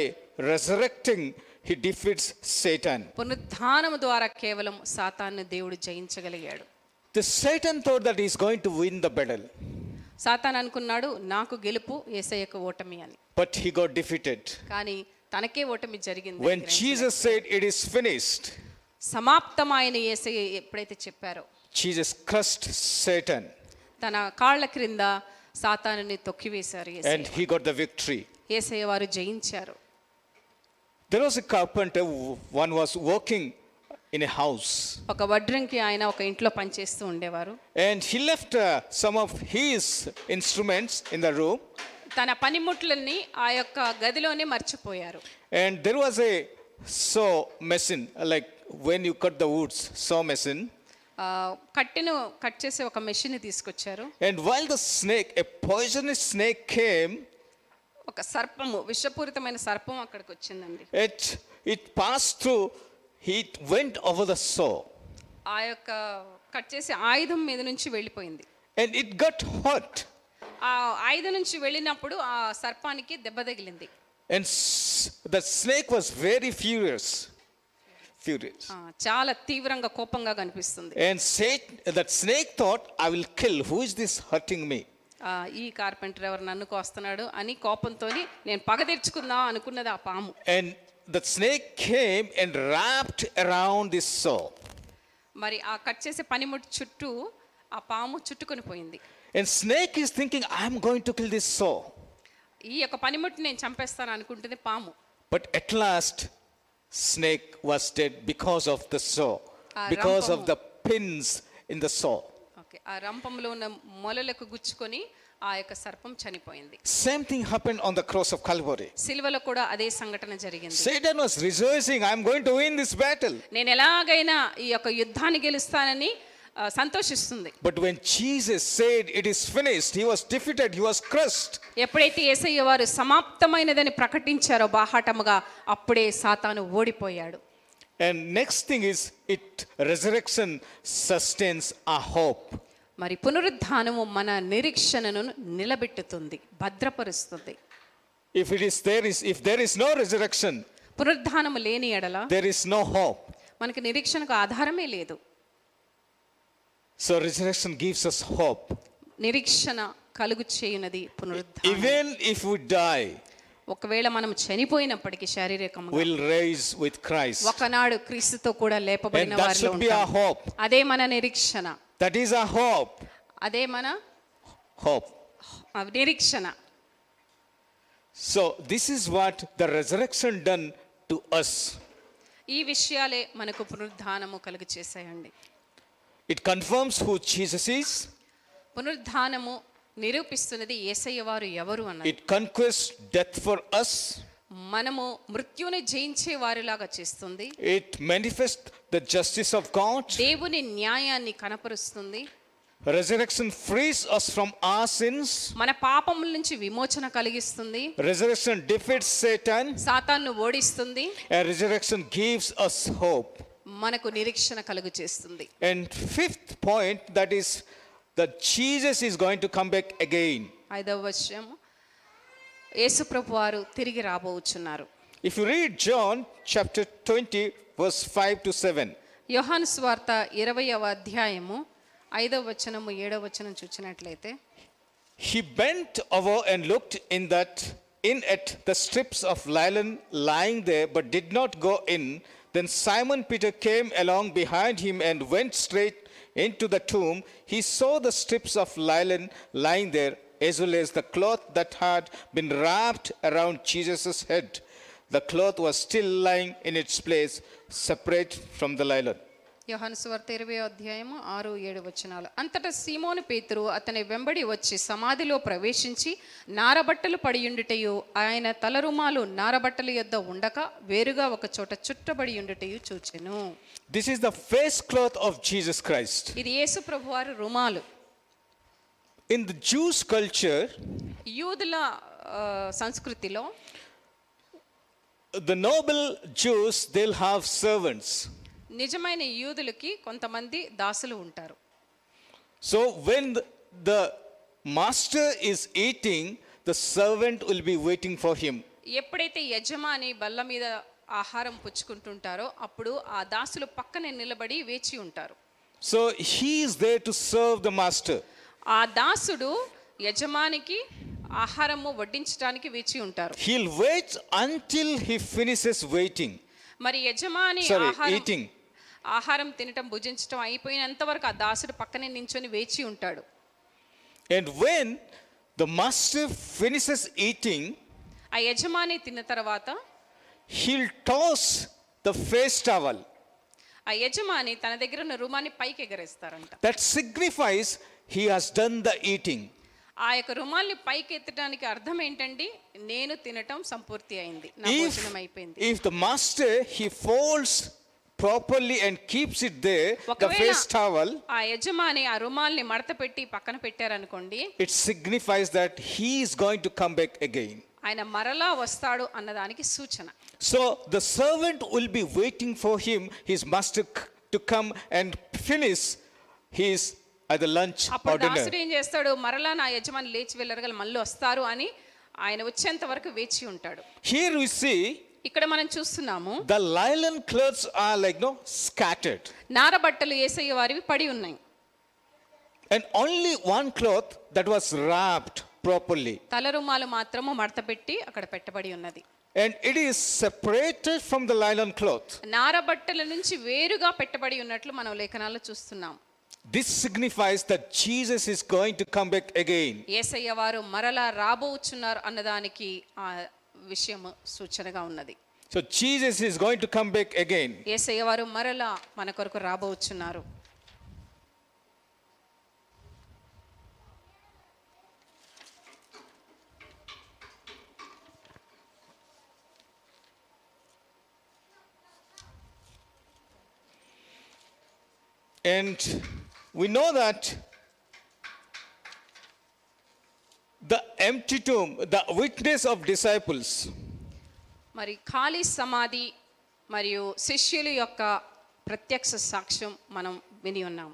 Speaker 1: resurrecting, he defeats Satan.
Speaker 2: పునరుద్ధానం ద్వారా కేవలం సాతాన్ని దేవుడు జయించగలిగాడు
Speaker 1: The Satan thought that he's going to win the battle,
Speaker 2: Satan అనుకున్నాడు నాకు గెలుపు ఏసయ్యకు ఓటమి అని
Speaker 1: but he got defeated.
Speaker 2: కానీ తనకే ఓటమి జరిగింది
Speaker 1: When Jesus said, It is finished,
Speaker 2: సమాప్తమైన ఏసయ్య ఎప్పుడైతే చెప్పారో
Speaker 1: Jesus crushed Satan
Speaker 2: తన కాళ్ళ క్రింద సాతానుని తొక్కివేశారు యేసయ్య.
Speaker 1: and he got the victory.
Speaker 2: యేసయ్య వారు జయించారు
Speaker 1: There was a carpenter, one was working in a house,
Speaker 2: ఒక వడ్రంకి ఆయన ఒక ఇంట్లో పనిచేస్తూ ఉండేవారు
Speaker 1: and he left uh, some of his instruments in the room.
Speaker 2: తన పనిముట్లని ఆ యొక్క గదిలోనే మర్చిపోయారు
Speaker 1: And there was a saw machine, like when you cut the woods, saw machine.
Speaker 2: ఆ, ఆ, కట్టెను కట్ చేసే ఒక మెషిన్ తీసుకొచ్చారు
Speaker 1: And while the snake, a poisonous snake, came,
Speaker 2: ఒక సర్పము విషపూరితమైన సర్పం అక్కడికి వచ్చిందండి
Speaker 1: it, it passed through, it went over the saw
Speaker 2: ఆ యొక్క కట్ చేసే ఆయుధం మీద నుంచి వెళ్ళిపోయింది
Speaker 1: and it got hurt.
Speaker 2: ఆ ఆయుధం నుంచి వెళ్ళినప్పుడు ఆ సర్పానికి దెబ్బ తగిలింది
Speaker 1: And s- the snake was very furious. Furious.
Speaker 2: ఆ, చాలా తీవ్రంగా కోపంగా కనిపిస్తుంది
Speaker 1: And Satan, that snake thought, I will kill. Who is this hurting me?
Speaker 2: ఆ, ఈ కార్పెంటర్ ఎవరు నన్ను కోస్తున్నాడు అని కోపంతో నేను పగ తెచ్చుకుందాం అనుకున్నది ఆ పాము
Speaker 1: And the snake came and wrapped around this saw.
Speaker 2: మరి ఆ కట్ చేసే పనిముట్టు చుట్టూ ఆ పాము చుట్టుకొని పోయింది
Speaker 1: And snake is thinking, I'm going to kill this saw.
Speaker 2: ఈ యొక్క పనిముట్టు నేను చంపేస్తాను అనుకుంటుంది పాము
Speaker 1: But at last, snake was dead because of the saw,
Speaker 2: Ah,
Speaker 1: because
Speaker 2: Rampamu.
Speaker 1: of the pins in the saw.
Speaker 2: Okay ఆ రంపంలో ఉన్న మొలలకు గుచ్చుకొని ఆ యొక్క సర్పం చనిపోయింది
Speaker 1: Same thing happened on the cross of Calvary.
Speaker 2: సిల్వలో కూడా అదే సంఘటన జరిగింది
Speaker 1: Satan was rejoicing, I'm going to win this battle.
Speaker 2: నేను ఎలాగైనా ఈ యొక్క యుద్ధాన్ని గెలుస్తానని ఆ, సంతోషిస్తుంది
Speaker 1: But when Jesus said, It is finished, he was defeated, he was crushed.
Speaker 2: ఎప్పుడైతే ఏసయ్య వారు సమాప్తమైనదని ప్రకటించారో బాహాటముగా అప్పుడే సాతాను ఓడిపోయాడు
Speaker 1: And next thing is, it resurrection sustains our hope.
Speaker 2: మరి పునరుద్ధానము మన నిరీక్షణను నిలబెట్టుతుంది భద్రపరుస్తుంది
Speaker 1: If it is there is if there is no resurrection,
Speaker 2: పునరుద్ధానము లేని ఎడల
Speaker 1: there is no hope.
Speaker 2: మనకి నిరీక్షణకు ఆధారమే లేదు
Speaker 1: So resurrection gives us hope.
Speaker 2: నిరీక్షణ కలుగు చేయునది పునరుద్ధానం
Speaker 1: Even if we die,
Speaker 2: ఒకవేళ మనం చనిపోయినప్పటికీ శారీరకంగా
Speaker 1: will raise with Christ.
Speaker 2: ఒకనాడు క్రీస్తుతో కూడా
Speaker 1: And
Speaker 2: లేపబడిన
Speaker 1: that
Speaker 2: వారిలో
Speaker 1: should be our
Speaker 2: ఉంటాం.
Speaker 1: hope.
Speaker 2: అదే మన నిరీక్షణ
Speaker 1: That is our hope.
Speaker 2: అదే మన
Speaker 1: Hope.
Speaker 2: నిరీక్షణ
Speaker 1: So this is what the resurrection done to us.
Speaker 2: ఈ విషయాలే మనకు పునరుద్ధానము కలుగు చేశాయండి
Speaker 1: It confirms who Jesus is.
Speaker 2: పునరుద్ధానము నిరూపిస్తున్నది ఏసయ్య వారు ఎవరు అన్నది
Speaker 1: It conquers death for us.
Speaker 2: మనము మృత్యువుని జయించే వారిలాగా చేస్తుంది
Speaker 1: It manifests the justice of God.
Speaker 2: దేవుని న్యాయాన్ని కనపరుస్తుంది
Speaker 1: Resurrection frees us from our sins.
Speaker 2: మన పాపముల నుంచి విమోచన కలిగిస్తుంది
Speaker 1: Resurrection defeats Satan.
Speaker 2: సాతాన్ను ఓడిస్తుంది
Speaker 1: And resurrection gives us hope.
Speaker 2: మనకు నిరీక్షణ కలుగు చేస్తుంది
Speaker 1: And fifth point that is that Jesus is going to come back again.
Speaker 2: ఐదవ విషయం యేసుప్రభు వారు తిరిగి రాబోచున్నారు
Speaker 1: If you read John chapter 20, verse 5 to 7,
Speaker 2: యోహాను స్వార్త ఇరవయవ అధ్యాయము ఐదవ వచనము ఏడవ వచనం చూచినట్లయితే
Speaker 1: he bent over and looked in that in at the strips of lilan lying there, but did not go in. Then Simon Peter came along behind him and went straight into the tomb. He saw the strips of lilan lying there, as well as the cloth that had been wrapped around Jesus' head. The cloth was still lying in its place, separate from the lilan.
Speaker 2: యోహాను స్వార్త ఇరవై అధ్యాయము ఆరు ఏడు వచనాలు అంతటా సీమోను పేతురు అతని వెంబడి వచ్చి సమాధిలో ప్రవేశించి నారబట్టలు పడియుండుటయు ఆయన తలరుమాలు నారబట్టల యొద్ద ఉండక వేరుగా ఒక చోట చుట్టబడి ఉండుటయు చూచెను
Speaker 1: This is the face cloth of Jesus Christ.
Speaker 2: ఇది యేసు ప్రభువారు రుమాలు
Speaker 1: In the Jewish culture,
Speaker 2: యూదుల ఆ, సంస్కృతిలో
Speaker 1: the noble Jews, they'll have servants.
Speaker 2: నిజమైన యూదులకి కొంతమంది దాసులు ఉంటారు
Speaker 1: So when the- the master is eating, the servant will be waiting for him.
Speaker 2: ఎప్పుడైతే యజమాని బల్ల మీద ఆహారం పుచ్చుకుంటుంటారో అప్పుడు ఆ దాసులు పక్కనే నిలబడి వేచి ఉంటారు
Speaker 1: So he is there to serve the master.
Speaker 2: ఆ దాసుడు యజమానికి ఆహారము వడ్డించడానికి వేచి ఉంటారు
Speaker 1: He'll wait until he finishes waiting.
Speaker 2: మరి యజమాని
Speaker 1: Sorry,
Speaker 2: ఆహారం
Speaker 1: eating.
Speaker 2: ఆహారం తినటం భుజించటం అయిపోయినంత వరకు ఆ దాసుడు పక్కనే నించొని వేచి ఉంటాడు
Speaker 1: And when the master finishes eating,
Speaker 2: ఆ యజమాని తిన్న తర్వాత
Speaker 1: he'll toss the face towel.
Speaker 2: ఆ యజమాని తన దగ్గర ఉన్న రుమాన్ని పైకి ఎగరేస్తారంట
Speaker 1: That signifies he has done the eating.
Speaker 2: ఆ యొక్క రుమాల్ని పైకి ఎత్తడానికి అర్థం ఏంటండి నేను తినటం సంపూర్తి అయింది నా భోజనం
Speaker 1: if,
Speaker 2: అయిపోయింది
Speaker 1: if the master he folds properly and keeps it there, the
Speaker 2: ఒకవేళ-
Speaker 1: face towel,
Speaker 2: ఆ యజమాని ఆ రుమాల్ని మడత పెట్టి పక్కన పెట్టారనుకోండి
Speaker 1: it signifies that he is going to come back again.
Speaker 2: ఆయన మరలా వస్తాడు అన్నదానికి సూచన
Speaker 1: So the servant will be waiting for him, his master c- to come and finish his either lunch or
Speaker 2: అప్పుడు
Speaker 1: dinner.
Speaker 2: దాసుడు ఏం చేస్తాడు మరలా నా యజమాని లేచి వెళ్ళరగల మళ్ళీ వస్తారు అని ఆయన వచ్చేంత వరకు వేచి ఉంటాడు
Speaker 1: Here we see
Speaker 2: ఇక్కడ మనం చూస్తున్నాము
Speaker 1: the lion clothes are like no scattered,
Speaker 2: నార బట్టలు ఏసయ్య వారివి పడి ఉన్నాయి
Speaker 1: and only one cloth that was wrapped properly,
Speaker 2: తల రుమాలు మాత్రము మడత పెట్టి అక్కడ పెట్టబడి ఉన్నది
Speaker 1: and it is separated from the lion cloth.
Speaker 2: నార బట్టల నుంచి వేరుగా పెట్టబడి ఉన్నట్లు మనం లేఖనాల్లో చూస్తున్నాం
Speaker 1: This signifies that Jesus is going to come back again.
Speaker 2: ఏసయ్య వారు మరలా రాబోచున్నారు అన్నదానికి ఆ విషయము సూచనగా ఉన్నది
Speaker 1: So Jesus is going to come back again.
Speaker 2: ఏసయ్య వారు మరలా మన కొరకు రాబోచున్నారు
Speaker 1: And we know that the empty tomb, the witness of disciples,
Speaker 2: మరి ఖాళీ సమాధి మరియు శిష్యుల యొక్క ప్రత్యక్ష సాక్ష్యం మనం విని ఉన్నాం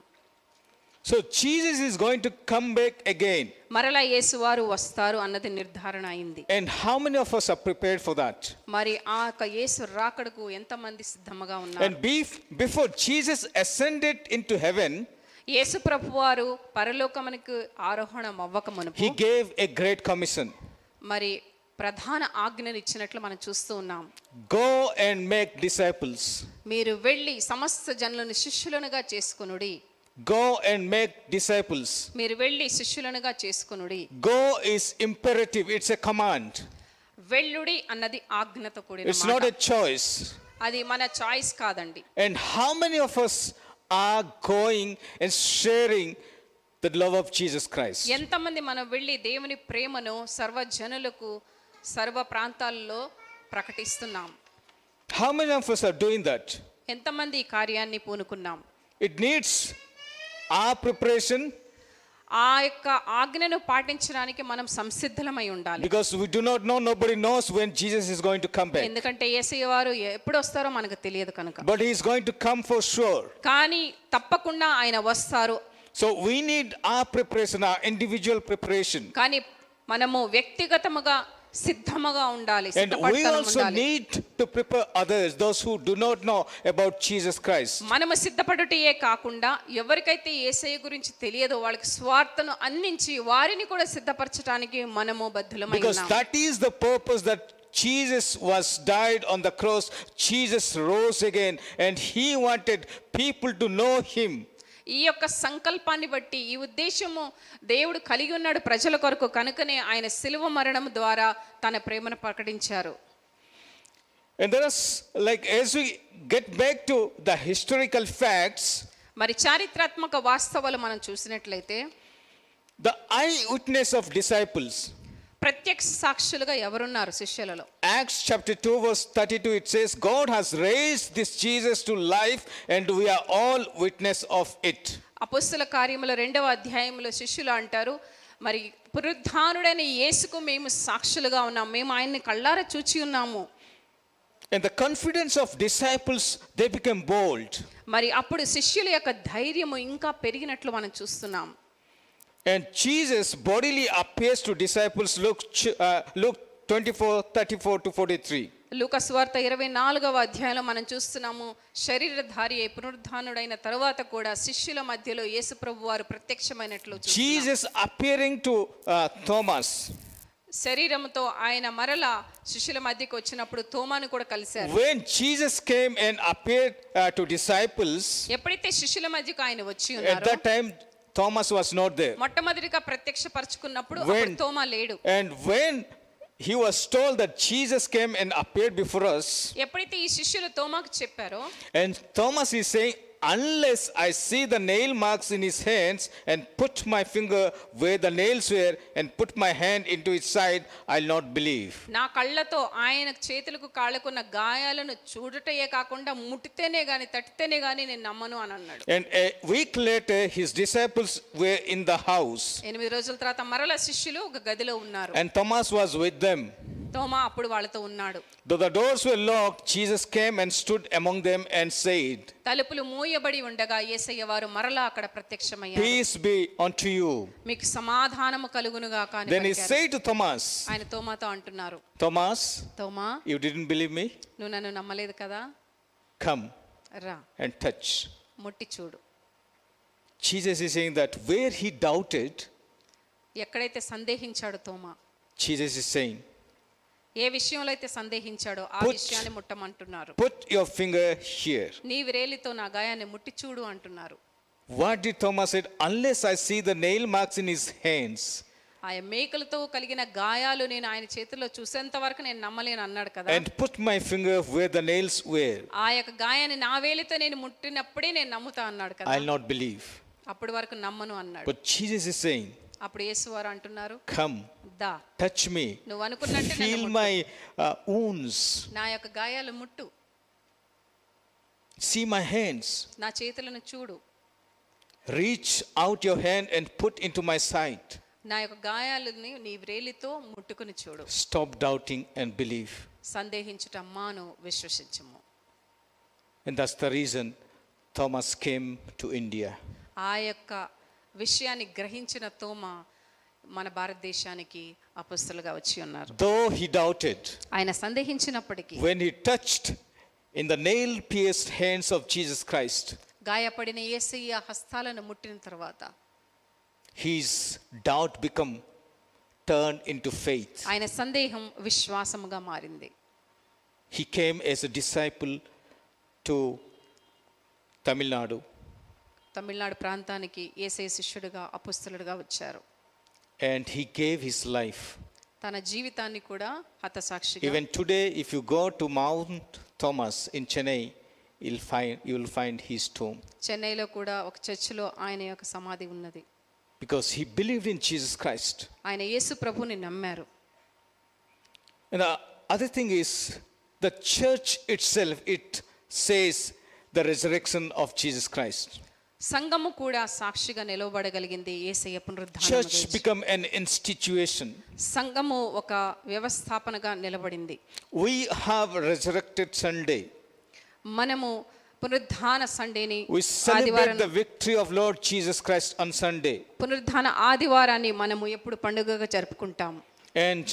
Speaker 1: so Jesus is going to come back again.
Speaker 2: మరలా యేసువారు వస్తారు అన్నది నిర్ధారణ అయింది
Speaker 1: And how many of us are prepared for that?
Speaker 2: మరి ఆ యొక్క యేసు రాకడకు ఎంతమంది సిద్ధముగా ఉన్నారు
Speaker 1: And be- before Jesus ascended into heaven,
Speaker 2: యేసు ప్రభు వారు పరలోకమునకు ఆరోహణం అవ్వక మునుపు
Speaker 1: he gave a great commission
Speaker 2: మరి ప్రధాన ఆజ్ఞను ఇచ్చినట్లు మనం చూస్తూ ఉన్నాం
Speaker 1: Go and make disciples.
Speaker 2: మీరు వెళ్ళి సమస్త జనులను శిష్యులనుగా చేసుకొనుడి
Speaker 1: Go and make disciples.
Speaker 2: మీరు వెళ్ళి శిష్యులనుగా చేసుకొనుడి
Speaker 1: Go is imperative, it's a command,
Speaker 2: వెళ్ళుడి అన్నది ఆజ్ఞతో కూడిన
Speaker 1: it's
Speaker 2: మాట.
Speaker 1: not a choice.
Speaker 2: అది మన చాయిస్ కాదండి
Speaker 1: And how many of us are going and sharing the love of Jesus Christ?
Speaker 2: ఎంతమంది మనం వెళ్ళి దేవుని ప్రేమను సర్వజనులకు సర్వ ప్రాంతాల్లో ప్రకటిస్తున్నాం
Speaker 1: How many of us are doing that?
Speaker 2: ఎంతమంది ఈ కార్యాన్ని పూనుకున్నాం
Speaker 1: It needs our preparation
Speaker 2: ఆ యొక్క ఆజ్ఞను పాటించడానికి మనం సంసిద్ధులమై ఉండాలి
Speaker 1: because we do not know, nobody knows when Jesus is going to come back.
Speaker 2: ఎందుకంటే ఏసయ్య వారు ఎప్పుడు వస్తారో మనకు తెలియదు కనుక
Speaker 1: But he is going to come for sure.
Speaker 2: కానీ తప్పకుండా ఆయన వస్తారు
Speaker 1: So we need our preparation, our individual preparation.
Speaker 2: కానీ మనము వ్యక్తిగతముగా సిద్ధముగా ఉండాలి
Speaker 1: And we
Speaker 2: సిద్ధపడతలం
Speaker 1: also
Speaker 2: ఉండాలి
Speaker 1: need to prepare others, those who do not know about Jesus Christ.
Speaker 2: మనము సిద్ధపడుటయే కాకుండా ఎవరికైతే ఏసయ్య గురించి తెలియదో వాళ్ళకి స్వార్థను అందించి వారిని కూడా సిద్ధపరచడానికి మనము బద్ధులమై
Speaker 1: Because
Speaker 2: ఉన్నాం
Speaker 1: that is the purpose that Jesus was died on the cross. Jesus rose again, and he wanted people to know him.
Speaker 2: ఈ యొక్క సంకల్పాన్ని బట్టి ఈ ఉద్దేశము దేవుడు కలిగి ఉన్నాడు ప్రజల కొరకు కనుకనే ఆయన సిలువ మరణం ద్వారా తన ప్రేమను ప్రకటించారు
Speaker 1: And there is like as we get back to the historical facts,
Speaker 2: మరి చారిత్రాత్మక వాస్తవాలు మనం చూసినట్లయితే
Speaker 1: the eyewitness of disciples.
Speaker 2: ప్రత్యక్ష సాక్షులుగా ఎవరున్నారు శిష్యులలో
Speaker 1: Acts chapter 2, verse 32, it says, God has raised this Jesus to life, and we are all witness of it.
Speaker 2: అపొస్తల కార్యముల రెండవ అధ్యాయంలో శిష్యులు అంటారు మరి పునరుద్ధానుడైన యేసుకు మేము సాక్షులుగా ఉన్నాం మేము ఆయన్ని కళ్ళారా చూచి ఉన్నాము
Speaker 1: And the confidence of disciples, they became bold.
Speaker 2: మరి అప్పుడు శిష్యుల యొక్క ధైర్యము ఇంకా పెరిగినట్లు మనం చూస్తున్నాం
Speaker 1: And Jesus bodily appears to disciples, Luke, ch- uh, Luke 24, 34 to 43.
Speaker 2: లూకస్వార్త ఇరవై నాలుగవ అధ్యాయంలో మనం చూస్తున్నాము శరీరధారి అయి పునరుద్ధానుడైన తరువాత కూడా శిష్యుల మధ్యలో యేసు ప్రభు వారు ప్రత్యక్షమైనట్లు చూస్తున్నాం.
Speaker 1: Jesus appearing to uh, Thomas.
Speaker 2: శరీరంతో ఆయన మరలా శిష్యుల మధ్యకు వచ్చినప్పుడు తోమాను కూడా కలిశారు
Speaker 1: When Jesus came and appeared uh, to disciples,
Speaker 2: ఎప్పుడైతే శిష్యుల మధ్యకు ఆయన వచ్చి
Speaker 1: at
Speaker 2: ఉన్నారో
Speaker 1: that time Thomas was not there.
Speaker 2: మొట్టమొదటిగా ప్రత్యక్షపరచుకున్నప్పుడు
Speaker 1: When-
Speaker 2: అప్పుడు తోమా లేడు
Speaker 1: And when he was told that Jesus came and appeared before us,
Speaker 2: ఎప్పుడైతే ఈ శిష్యులు తోమాకు చెప్పారో
Speaker 1: and Thomas is saying, Unless I see the nail marks in his hands and put my finger where the nails were and put my hand into his side, I'll not believe.
Speaker 2: నా కళ్ళతో ఆయన చేతులకు కాళ్ళకున్న గాయాలను చూడటయే కాకుండా ముట్టితేనే గాని తట్టితేనే గాని నేను నమ్మను అని అన్నాడు
Speaker 1: And a week later, his disciples were in the house,
Speaker 2: ఎనిమిది రోజుల తర్వాత మరల శిష్యులు ఒక గదిలో ఉన్నారు
Speaker 1: and Thomas was with them.
Speaker 2: తోమా అప్పుడు వాళ్ళతో ఉన్నాడు
Speaker 1: Though the doors were locked, Jesus came and stood among them and said,
Speaker 2: తలుపులు మూయబడి ఉండగా యేసయ్య వారు మరలా అక్కడ ప్రత్యక్షమయ్యారు
Speaker 1: Peace be unto you.
Speaker 2: మీకు సమాధానము కలుగునుగా కానీ
Speaker 1: Then he said to Thomas,
Speaker 2: ఆయన తోమాతో అంటున్నారు
Speaker 1: Thomas,
Speaker 2: Thomas
Speaker 1: you didn't believe me?
Speaker 2: నువ్వు నన్ను నమ్మలేదు కదా
Speaker 1: Come
Speaker 2: రా
Speaker 1: and touch.
Speaker 2: ముట్టి చూడు
Speaker 1: Jesus is saying that where he doubted,
Speaker 2: ఎక్కడైతే సందేహించాడు తోమా
Speaker 1: Jesus is saying,
Speaker 2: ఏ విషయంలో అయితే సందేహించాడో ఆ
Speaker 1: Put-
Speaker 2: విషయాన్ని ముట్టమంటున్నారు
Speaker 1: Put your finger here.
Speaker 2: నీ విరేలితో నా గాయాన్ని ముట్టి చూడు అంటున్నారు
Speaker 1: What did Thomas said? Unless I see the nail marks in his hands
Speaker 2: ఆయన మేకలతో కలిగిన గాయాలు నేను ఆయన చేతిలో చూసేంత వరకు నేను నమ్మలేను అన్నాడు కదా
Speaker 1: and put my finger where the nails were,
Speaker 2: ఆ యొక్క గాయాన్ని నా వేలితో నేను ముట్టినప్పుడే నేను నమ్ముతా అన్నాడు కదా
Speaker 1: I'll not believe.
Speaker 2: అప్పటి వరకు నమ్మను అన్నాడు
Speaker 1: But Jesus is saying,
Speaker 2: అప్పుడు యేసువారు అంటున్నారు
Speaker 1: Come,
Speaker 2: దా
Speaker 1: touch me,
Speaker 2: నువ్వు అనుకున్నట్టే నన్ను
Speaker 1: feel
Speaker 2: ముట్టు.
Speaker 1: my uh, wounds,
Speaker 2: నా యొక్క గాయాలు ముట్టు
Speaker 1: see my hands.
Speaker 2: నా చేతులను చూడు
Speaker 1: Reach out your hand and put into my side.
Speaker 2: నా యొక్క గాయాలని నీ వ్రేలితో ముట్టుకుని చూడు
Speaker 1: Stop doubting and believe.
Speaker 2: సందేహించుట మాను విశ్వసించము
Speaker 1: And that's the reason Thomas came to India.
Speaker 2: ఆ యొక్క విషయాన్ని గ్రహించిన తోమ మన భారతదేశానికి అపస్తులుగా వచ్చి ఉన్నారు
Speaker 1: Though he doubted,
Speaker 2: ఆయన సందేహించినప్పటికీ
Speaker 1: when he touched in the nail pierced hands of Jesus Christ,
Speaker 2: గాయపడిన యేసయ్య హస్తాలను ముట్టిన తర్వాత
Speaker 1: his doubt become turned into faith.
Speaker 2: ఆయన సందేహం విశ్వాసముగా మారింది
Speaker 1: He came as a disciple to Tamil Nadu
Speaker 2: Tamil Nadu ప్రాంతానికి యేసయ్య శిష్యుడిగా అపస్తులుగా వచ్చారు
Speaker 1: and he gave his life.
Speaker 2: తన జీవితాన్ని కూడా హతసాక్షిగా
Speaker 1: Even today, if you go to Mount Thomas in Chennai, you'll find, you'll find his tomb
Speaker 2: చెన్నైలో కూడా ఒక చర్చిలో ఆయన యొక్క సమాధి ఉన్నది
Speaker 1: because he believed in Jesus Christ.
Speaker 2: ఆయన యేసు ప్రభుని నమ్మారు
Speaker 1: And the other thing is, the church itself, it says the resurrection of Jesus Christ.
Speaker 2: సంఘము కూడా సాక్షిగా నిలవబడగలిగింది యేసయ్య పునరుద్ధానం
Speaker 1: Church become an institution.
Speaker 2: సంఘము ఒక వ్యవస్థాపనగా నిలబడింది
Speaker 1: We have resurrected Sunday.
Speaker 2: మనము పునరుద్ధాన సండేని
Speaker 1: We
Speaker 2: ఆదివారం
Speaker 1: celebrate the victory of Lord Jesus Christ on Sunday.
Speaker 2: పునరుద్ధాన ఆదివారాన్ని మనము ఎప్పుడు పండుగగా జరుపుకుంటాం
Speaker 1: And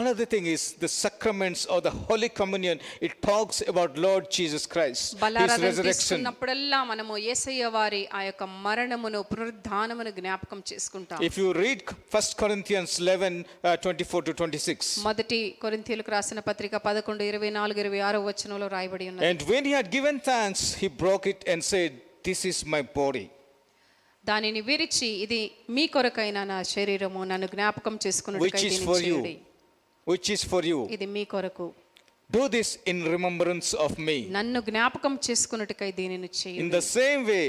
Speaker 1: another thing is the sacraments or the Holy Communion. It talks about Lord Jesus Christ, His
Speaker 2: బలారాధన
Speaker 1: resurrection.
Speaker 2: తీసుకున్నప్పుడల్లా మనము యేసయ్య వారి ఆ యొక్క మరణమును పునరుద్ధానమును జ్ఞాపకం చేసుకుంటాం
Speaker 1: If you read 1 Corinthians 11 uh, 24 to 26,
Speaker 2: మొదటి కొరింథీయులకు రాసిన పత్రిక పదకొండు ఇరవై నాలుగు ఇరవై ఆరో వచనంలో రాయబడి ఉన్నది
Speaker 1: and when he had given thanks, he broke it and said, This is my body.
Speaker 2: దానిని విరిచి ఇది మీ కొరకైన నా శరీరము నన్ను జ్ఞాపకం
Speaker 1: Which is for you.
Speaker 2: చేసుకున్నది
Speaker 1: Which is for you.
Speaker 2: ఇది మీ కొరకు
Speaker 1: Do this in remembrance of me.
Speaker 2: నన్ను జ్ఞాపకం చేసుకున్నట్టుకై దీనిని
Speaker 1: In
Speaker 2: చేయండి
Speaker 1: the same way,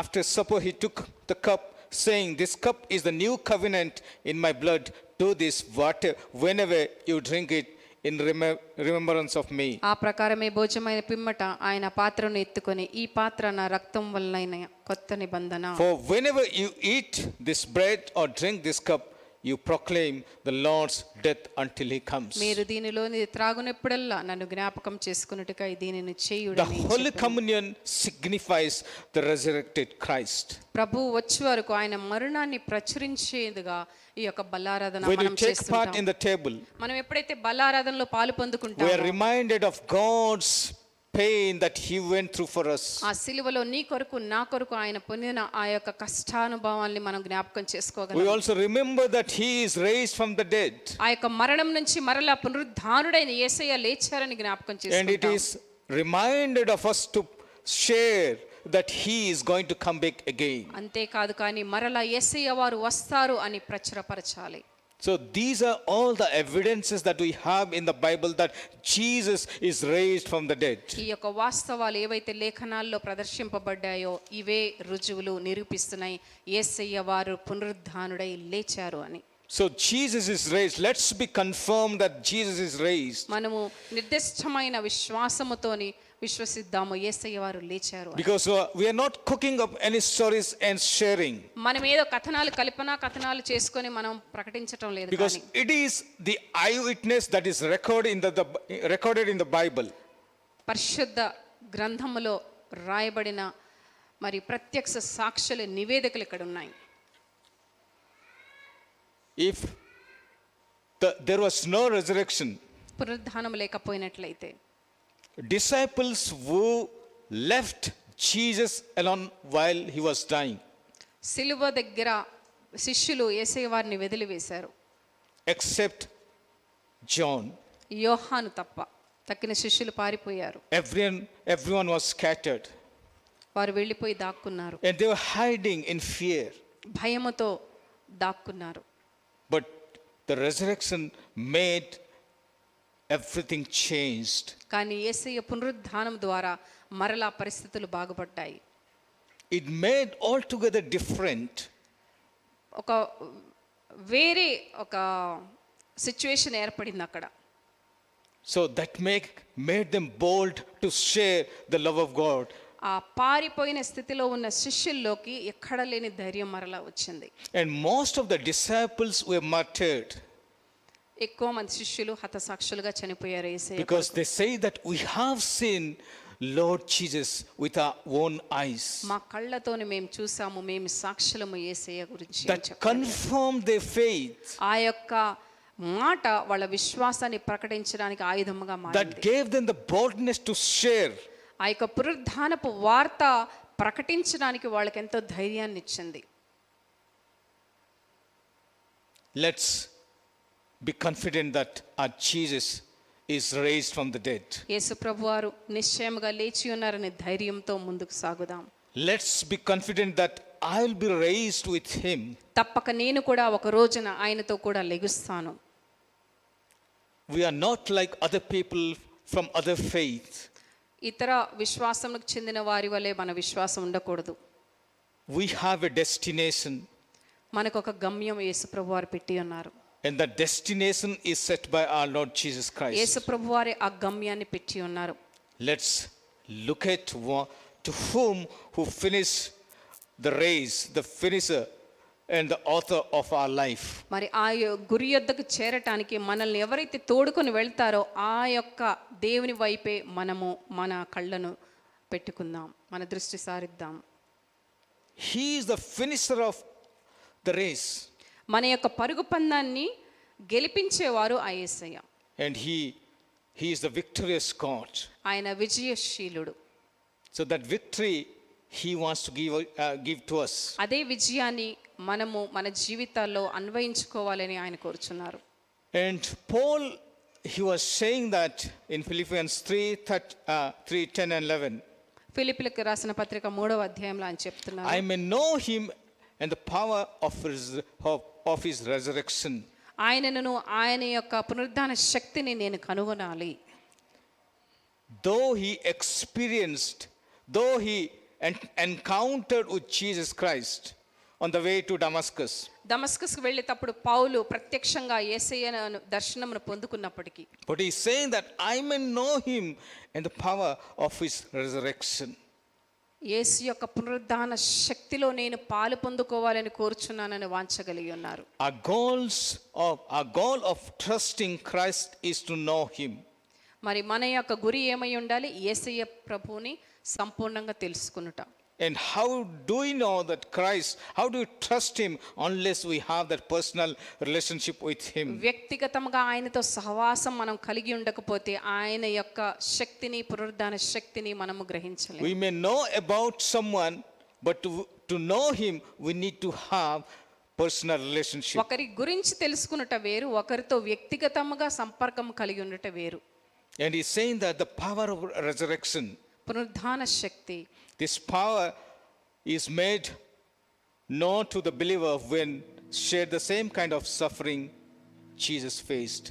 Speaker 1: after supper, he took the cup, saying, This cup is the new covenant in my blood. Do this water whenever you drink it in remem- remembrance of me.
Speaker 2: ఆ ప్రకారమే భోజమైన పిమ్మట ఆయన పాత్రను ఎత్తుకొని ఈ పాత్ర నా రక్తం వల్లైన కొత్త నిబంధన
Speaker 1: For whenever you eat this bread or drink this cup, you proclaim the Lord's death until he comes.
Speaker 2: మీరు దీనిలోని త్రాగునప్పుడల్లా నన్ను జ్ఞాపకం చేసుకున్నట్టుకై దీనిని
Speaker 1: The
Speaker 2: చేయుడని
Speaker 1: Holy Communion signifies the resurrected Christ.
Speaker 2: ప్రభు వచ్చే వరకు ఆయన మరణాన్ని ప్రచురించేదిగా ఈ యొక్క బల్లారాధన
Speaker 1: When you
Speaker 2: మనం
Speaker 1: take part
Speaker 2: చేస్తుంటాం
Speaker 1: in the table,
Speaker 2: మనం ఎప్పుడైతే బల్లారాధనలో పాలు
Speaker 1: we are
Speaker 2: పొందుకుంటామో
Speaker 1: reminded of God's pain that he went through for us.
Speaker 2: ఆ సిలువలో నీ కొరకు నా కొరకు ఆయన పొందిన ఆ యొక్క కష్టానుభవాల్ని మనం జ్ఞాపకం
Speaker 1: We
Speaker 2: చేసుకోగలం
Speaker 1: also remember that he is raised from the dead.
Speaker 2: ఆ యొక్క మరణం నుంచి మరలా పునరుద్ధానుడైన యేసయ్య లేచారని జ్ఞాపకం
Speaker 1: And it
Speaker 2: చేసుకుంటాం
Speaker 1: is reminded of us to share that he is going to come back again.
Speaker 2: అంతేకాదు కానీ మరలా యేసయ్య వారు వస్తారు అని ప్రచురపరచాలి
Speaker 1: So these are all the evidences that we have in the Bible that Jesus is raised from the dead.
Speaker 2: ఈ యొక్క వాస్తవాలు ఏవైతే లేఖనాల్లో ప్రదర్శింపబడ్డాయో ఇవే రుజువులు నిరూపిస్తున్నాయి ఏసయ్య వారు పునరుద్ధానుడై లేచారు అని
Speaker 1: So Jesus is raised. Let's be confirmed that Jesus is raised.
Speaker 2: మనము నిర్దిష్టమైన విశ్వాసముతోని విశ్వసిద్దాము ఏసయ్య వారు లేచారు అని.
Speaker 1: Because uh, we are not cooking up any stories and sharing.
Speaker 2: మనం ఏదో కథనాలు కల్పనా కథనాలు చేసుకొని మనం ప్రకటించటం లేదు
Speaker 1: Because
Speaker 2: కానీ
Speaker 1: it is the eyewitness that is recorded in the, the recorded in the Bible.
Speaker 2: పరిశుద్ధ గ్రంథములో రాయబడిన మరి ప్రత్యక్ష సాక్షుల నివేదికలు ఇక్కడ ఉన్నాయి
Speaker 1: If the, there was no resurrection,
Speaker 2: పునరుద్ధానం లేకపోయినట్లయితే
Speaker 1: disciples who left Jesus alone while he was dying,
Speaker 2: సిలువ దగ్గర శిష్యులు ఏసై వారిని వదిలివేశారు
Speaker 1: except John.
Speaker 2: యోహాను తప్ప తక్కిన శిష్యులు పారిపోయారు
Speaker 1: Everyone, everyone was scattered,
Speaker 2: వారు వెళ్ళిపోయి దాక్కున్నారు
Speaker 1: and they were hiding in fear.
Speaker 2: భయముతో దాక్కున్నారు
Speaker 1: But the resurrection made everything changed.
Speaker 2: కానీ ఏసయ్య పునరుద్ధానం ద్వారా మరలా పరిస్థితులు బాగుపడ్డాయి
Speaker 1: It made altogether different.
Speaker 2: ఒక వేరే ఒక సిచ్యువేషన్ ఏర్పడింది అక్కడ
Speaker 1: So that make, made them bold to share the love of God.
Speaker 2: ఆ పారిపోయిన స్థితిలో ఉన్న శిష్యుల్లోకి ఎక్కడ లేని ధైర్యం మరలా వచ్చింది
Speaker 1: And most of the disciples were martyred
Speaker 2: ఎక్కువ మంది శిష్యులు హతసాక్షులుగా చనిపోయారు ఏసయ్య
Speaker 1: because they say that we have seen Lord Jesus with our own eyes.
Speaker 2: మా కళ్ళతోని మేము చూసాము మేము సాక్షులము ఏసయ్య గురించి అని
Speaker 1: That
Speaker 2: చెప్పారు.
Speaker 1: confirmed their faith,
Speaker 2: ఆ యొక్క మాట వాళ్ళ విశ్వాసాన్ని ప్రకటించడానికి ఆయుధముగా
Speaker 1: that
Speaker 2: మారింది
Speaker 1: gave them the boldness to share.
Speaker 2: ఆ యొక్క పునరుద్ధానపు వార్త ప్రకటించడానికి వాళ్ళకి ఎంతో ధైర్యాన్ని ఇచ్చింది
Speaker 1: Let's be confident that our Jesus is raised from the dead.
Speaker 2: యేసు ప్రభువారు నిశ్చయముగా లేచి ఉన్నారనే ధైర్యంతో ముందుకు సాగుదాం
Speaker 1: Let's be confident that I'll be raised with him.
Speaker 2: తప్పక నేను కూడా ఒక రోజున ఆయనతో కూడా లెగుస్తాను
Speaker 1: We are not like other people from other faith.
Speaker 2: ఇతర విశ్వాసములకు చెందిన వారి వలె మన విశ్వాసం ఉండకూడదు
Speaker 1: We have a destination,
Speaker 2: మనకు ఒక గమ్యం యేసు ప్రభువారు పెట్టి ఉన్నారు
Speaker 1: and that destination is set by our Lord Jesus Christ.
Speaker 2: యేసు ప్రభువారే ఆ గమ్యాన్ని పెట్టి ఉన్నారు
Speaker 1: Let's look at wha- to whom who finished the race, the finisher, and the author of our life.
Speaker 2: మరి ఆ యొ- గురి యొద్దకు చేరటానికి మనల్ని ఎవరైతే తోడుకొని వెళ్తారో ఆ యొక్క దేవుని వైపే మనము మన కళ్ళను పెట్టుకుందాం మన దృష్టి సారిద్దాం
Speaker 1: He is the finisher of the race,
Speaker 2: మన యొక్క పరుగు పందాన్ని గెలిపించేవారు ఆ యేసయ్య
Speaker 1: and he, he is the victorious God.
Speaker 2: ఆయన విజయశీలుడు
Speaker 1: So that victory he wants to give, uh, give to us.
Speaker 2: అదే విజయాన్ని మనము మన జీవితాల్లో అన్వయించుకోవాలని ఆయన కోరుచున్నారు
Speaker 1: And Paul, he was saying that in Philippians 3, thirt- uh, 3 10 and 11.
Speaker 2: ఫిలిపిలకు రాసిన పత్రిక మూడవ అధ్యాయంలో ఆయన చెప్తున్నారు
Speaker 1: I may know him and the power of his, of, of his resurrection
Speaker 2: ఆయనను ఆయన యొక్క పునరుద్ధాన శక్తిని నేను కనుగొనాలి
Speaker 1: though he experienced, though he en- encountered with Jesus Christ on the way to Damascus.
Speaker 2: దమస్కస్కు వెళ్ళేటప్పుడు పౌలు ప్రత్యక్షంగా ఏసయ్యను దర్శనమును పొందుకున్నప్పటికీ
Speaker 1: But he's saying that I may know him and the power of his resurrection.
Speaker 2: యేసు యొక్క పునరుద్ధాన శక్తిలో నేను పాలు పొందుకోవాలని కోరుచున్నానని వాంచగలిగి ఉన్నారు
Speaker 1: Our goals of our goal of trusting Christ is to know Him.
Speaker 2: మరి మన యొక్క గురి ఏమై ఉండాలి ఏసయ్య ప్రభువుని సంపూర్ణంగా తెలుసుకునుట
Speaker 1: And how do we know that Christ? How do we trust Him unless we have that personal relationship with Him?
Speaker 2: వ్యక్తిగతంగా ఆయనతో సహవాసం మనం కలిగి ఉండకపోతే ఆయన యొక్క శక్తిని పునరుద్ధాన శక్తిని మనము గ్రహించలేము
Speaker 1: We may know about someone, but to, to know Him, we need to have personal relationship.
Speaker 2: ఒకరి గురించి తెలుసుకునుట వేరు ఒకరితో వ్యక్తిగతంగా సంపర్కం కలిగి ఉండట వేరు
Speaker 1: And He's saying that the power of resurrection,
Speaker 2: పునరుద్ధాన శక్తి
Speaker 1: this power is made known to the believer when shared the same kind of suffering Jesus faced.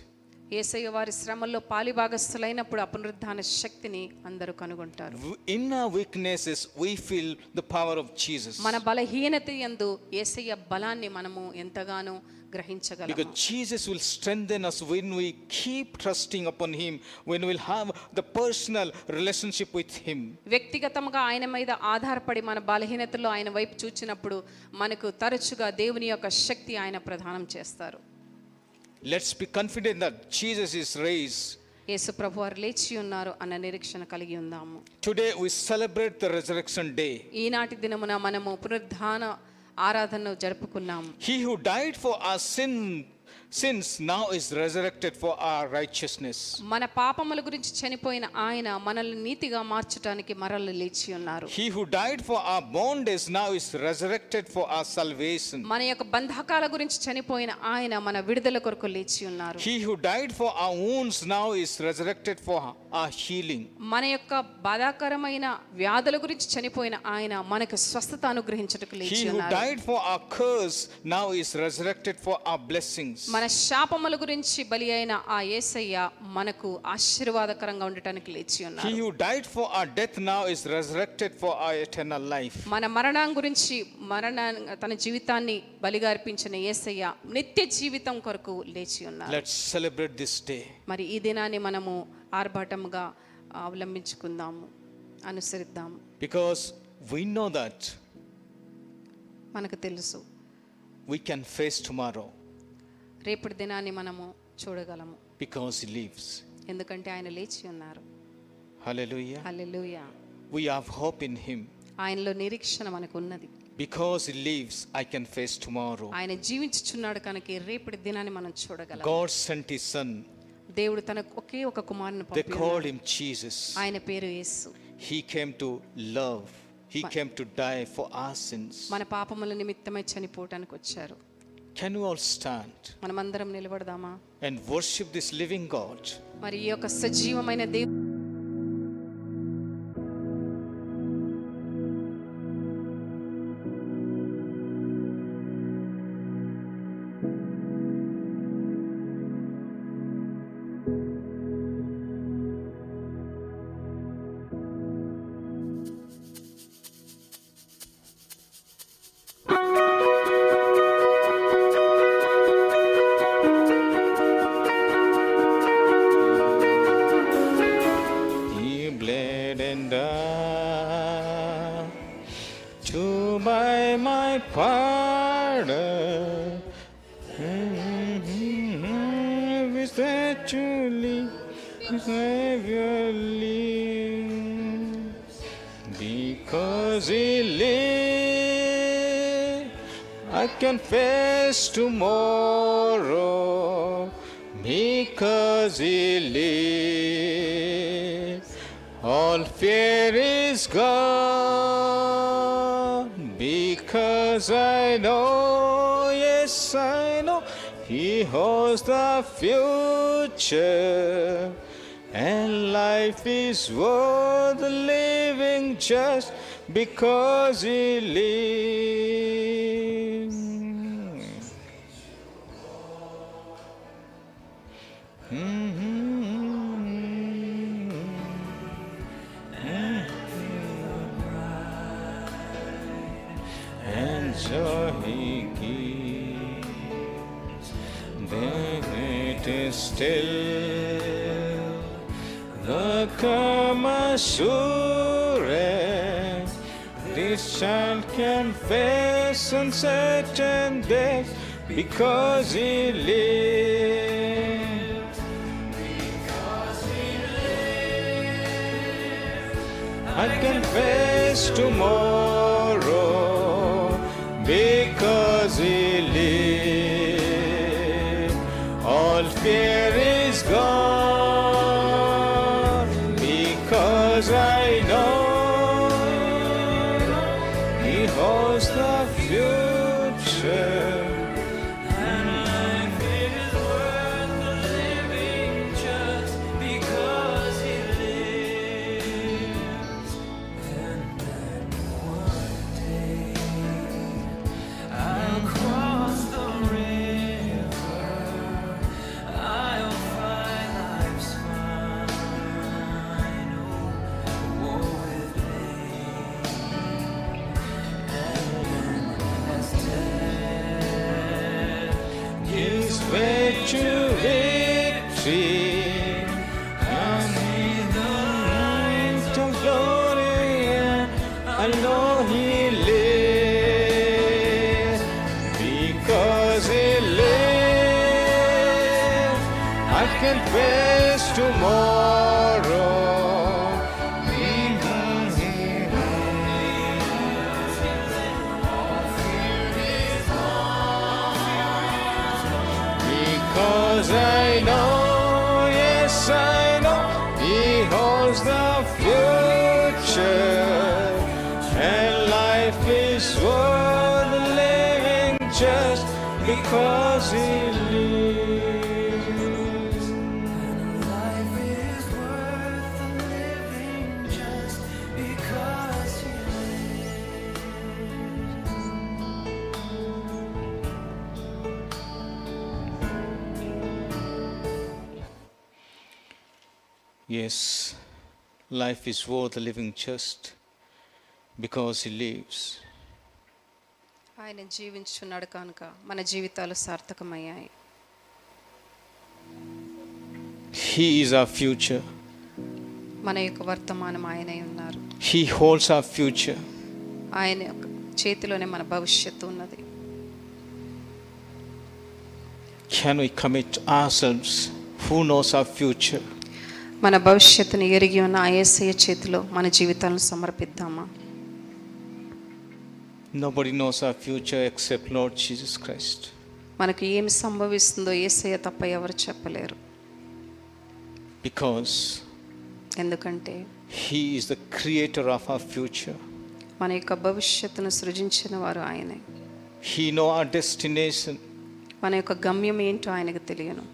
Speaker 2: ఏసయ్య వారి శ్రమల్లో పాలిభాగస్థులైనప్పుడు అపునరుద్ధాన శక్తిని అందరూ కనుగొంటారు
Speaker 1: W- In our weaknesses, we feel the power of Jesus.
Speaker 2: మన బలహీనత యందు ఏసయ్య బలాన్ని మనము ఎంతగానో
Speaker 1: Because
Speaker 2: గ్రహించగలము
Speaker 1: Jesus will strengthen us when we keep trusting upon Him, when we'll have the personal relationship with Him.
Speaker 2: వ్యక్తిగతంగా ఆయన మీద ఆధారపడి మన బలహీనతలో ఆయన వైపు చూచినప్పుడు మనకు తరచుగా దేవుని యొక్క శక్తి ఆయన ప్రదానం చేస్తారు
Speaker 1: Let's be confident that Jesus is raised.
Speaker 2: యేసు ప్రభు వారు లేచి ఉన్నారు అన్న నిరీక్షణ కలిగి ఉందాము
Speaker 1: Today we celebrate the resurrection day.
Speaker 2: ఈనాటి దినమున మనము పునరుద్ధాన ఆరాధనను జరుపుకున్నాము
Speaker 1: He who died for our sin, sins now is resurrected for our righteousness.
Speaker 2: మన పాపముల గురించి చనిపోయిన ఆయన మనల్ని నీతిగా మార్చటానికి మరలు లేచి ఉన్నారు
Speaker 1: He who died for our bondage now is resurrected for our salvation.
Speaker 2: మన యొక్క బంధకాల గురించి చనిపోయిన ఆయన మన విడుదల కొరకు లేచి ఉన్నారు
Speaker 1: He who died for our wounds now is resurrected for our healing.
Speaker 2: మన యొక్క బాధాకరమైన వ్యాధుల గురించి చనిపోయిన ఆయన మనకు స్వస్థత అనుగ్రహించటకు లేచి
Speaker 1: He who
Speaker 2: ఉన్నారు
Speaker 1: died for our curse now is resurrected for our blessings.
Speaker 2: మన శాపముల గురించి బలి అయిన ఆ యేసయ్య మనకు ఆశీర్వాదకరంగా ఉండటానికి లేచి ఉన్నారు
Speaker 1: He who died for our death now is resurrected for our eternal life.
Speaker 2: మన మరణం గురించి మరణ తన జీవితాన్ని బలిగా అర్పించిన యేసయ్య నిత్య జీవితం కొరకు లేచి ఉన్నారు
Speaker 1: Let's celebrate this day.
Speaker 2: మరి ఈ దినాన్ని మనము ఆర్భాటంగా అవలంబించుకుందాము అనుసరిద్దాము
Speaker 1: Because we know that
Speaker 2: మనకు తెలుసు
Speaker 1: we can face tomorrow
Speaker 2: రేపటి దినాన్ని మనము చూడగలము
Speaker 1: because He lives.
Speaker 2: ఎందుకంటే ఆయన లేచి ఉన్నారు
Speaker 1: Hallelujah.
Speaker 2: Hallelujah
Speaker 1: We have hope in Him.
Speaker 2: ఆయనలో నిరీక్షణ మనకు ఉన్నది
Speaker 1: Because He lives, I can face tomorrow.
Speaker 2: ఆయన జీవించుచున్నాడు కనుక రేపటి దినాన్ని మనం చూడగలం
Speaker 1: God sent His Son.
Speaker 2: దేవుడు తన ఒకే ఒక కుమారుని
Speaker 1: They
Speaker 2: పంపి
Speaker 1: called Him Jesus.
Speaker 2: ఆయన పేరు యేసు
Speaker 1: He came to love, He came to die for our sins.
Speaker 2: మన పాపముల నిమిత్తమై చనిపోవటానికి వచ్చారు
Speaker 1: Can you all stand
Speaker 2: మనమందరం నిలబడదామా
Speaker 1: and worship this living God?
Speaker 2: మరి ఈ యొక్క సజీవమైన దేవుడు
Speaker 1: He bled and died to buy my pardon. Is Mm-hmm. that truly Savior lives? Because He lives, I can face tomorrow. Because He lives, all fear is gone. Because I know, yes, I know, He holds the future. And life is worth living just because He lives. Mm-hmm. And so he gives. Then it is still the calm assurance. This child can face uncertain death because he lives. I can face tomorrow because He lives. All fear is gone because I know He holds the future. And life is worth the living just because He lives. Across the river, see. I see the light of glory, and I know He lives. Because He lives, I can face tomorrow. Because He Because I know, yes, I know He holds the future, and life is worth living just because He lives. Yes, life is worth living just because He lives.
Speaker 2: ఆయన జీవించున్నాడు కనుక మన జీవితాలు సార్థకమయ్యాయి
Speaker 1: He is our future.
Speaker 2: మన యొక్క వర్తమానం ఆయనే ఉన్నారు
Speaker 1: He holds our future.
Speaker 2: ఆయన యొక్క చేతిలోనే మన భవిష్యత్తు ఉన్నది
Speaker 1: Can we commit ourselves? Who knows our future?
Speaker 2: మన భవిష్యత్తుని ఎరిగి ఉన్న ఆ యేసయ్య చేతిలో మన జీవితాలను సమర్పిద్దామా
Speaker 1: Nobody knows our future except Lord Jesus Christ.
Speaker 2: మనకు ఏమి సంభవిస్తుందో యేసయ్య తప్ప ఎవరు చెప్పలేరు
Speaker 1: Because
Speaker 2: ఎందుకంటే
Speaker 1: He is the creator of our future.
Speaker 2: మన యొక్క భవిష్యత్తును సృజించిన వారు ఆయనే
Speaker 1: He knows our destination.
Speaker 2: మన యొక్క గమ్యం ఏంటో ఆయనకు తెలియను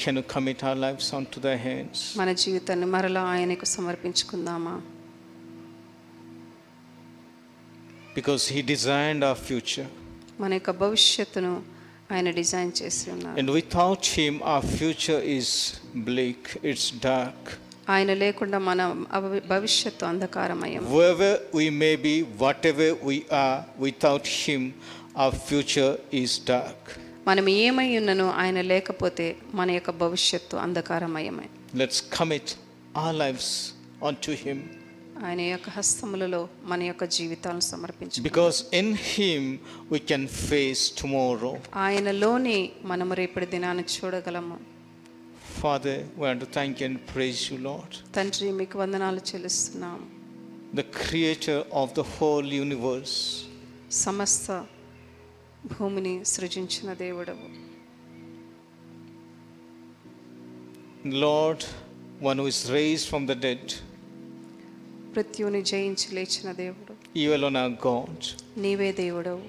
Speaker 1: Can we commit our lives onto their hands?
Speaker 2: మన జీవితాన్ని మరలా ఆయనకు సమర్పించుకుందామా
Speaker 1: Because He designed our future.
Speaker 2: మన యొక్క భవిష్యత్తును ఆయన డిజైన్ చేసి ఉన్నారు
Speaker 1: And without Him, our future is bleak, it's dark.
Speaker 2: ఆయన లేకుండా మన అవ- భవిష్యత్తు అంధకారమయం
Speaker 1: Wherever we may be, whatever we are, without Him, our future is dark.
Speaker 2: మనం ఏమై ఉన్నను ఆయన లేకపోతే మన యొక్క భవిష్యత్తు అంధకారమయమే
Speaker 1: Let's commit our lives unto Him
Speaker 2: ఆయన యొక్క హస్తములలో మన యొక్క జీవితాలను సమర్పించు
Speaker 1: because in Him we can face tomorrow.
Speaker 2: ఆయనలోనే మనము రేపటి దినాన్ని చూడగలము
Speaker 1: Father, we want to thank and praise you, Lord,
Speaker 2: తండ్రి మీకు వందనాలు చెల్లిస్తున్నాము
Speaker 1: the Creator of the whole universe.
Speaker 2: సమస్త భూమిని సృజించిన దేవుడవు
Speaker 1: Lord, one who is raised from the dead,
Speaker 2: మృత్యువుని జయించి లేచిన దేవుడు
Speaker 1: you alone are God.
Speaker 2: నీవే దేవుడవు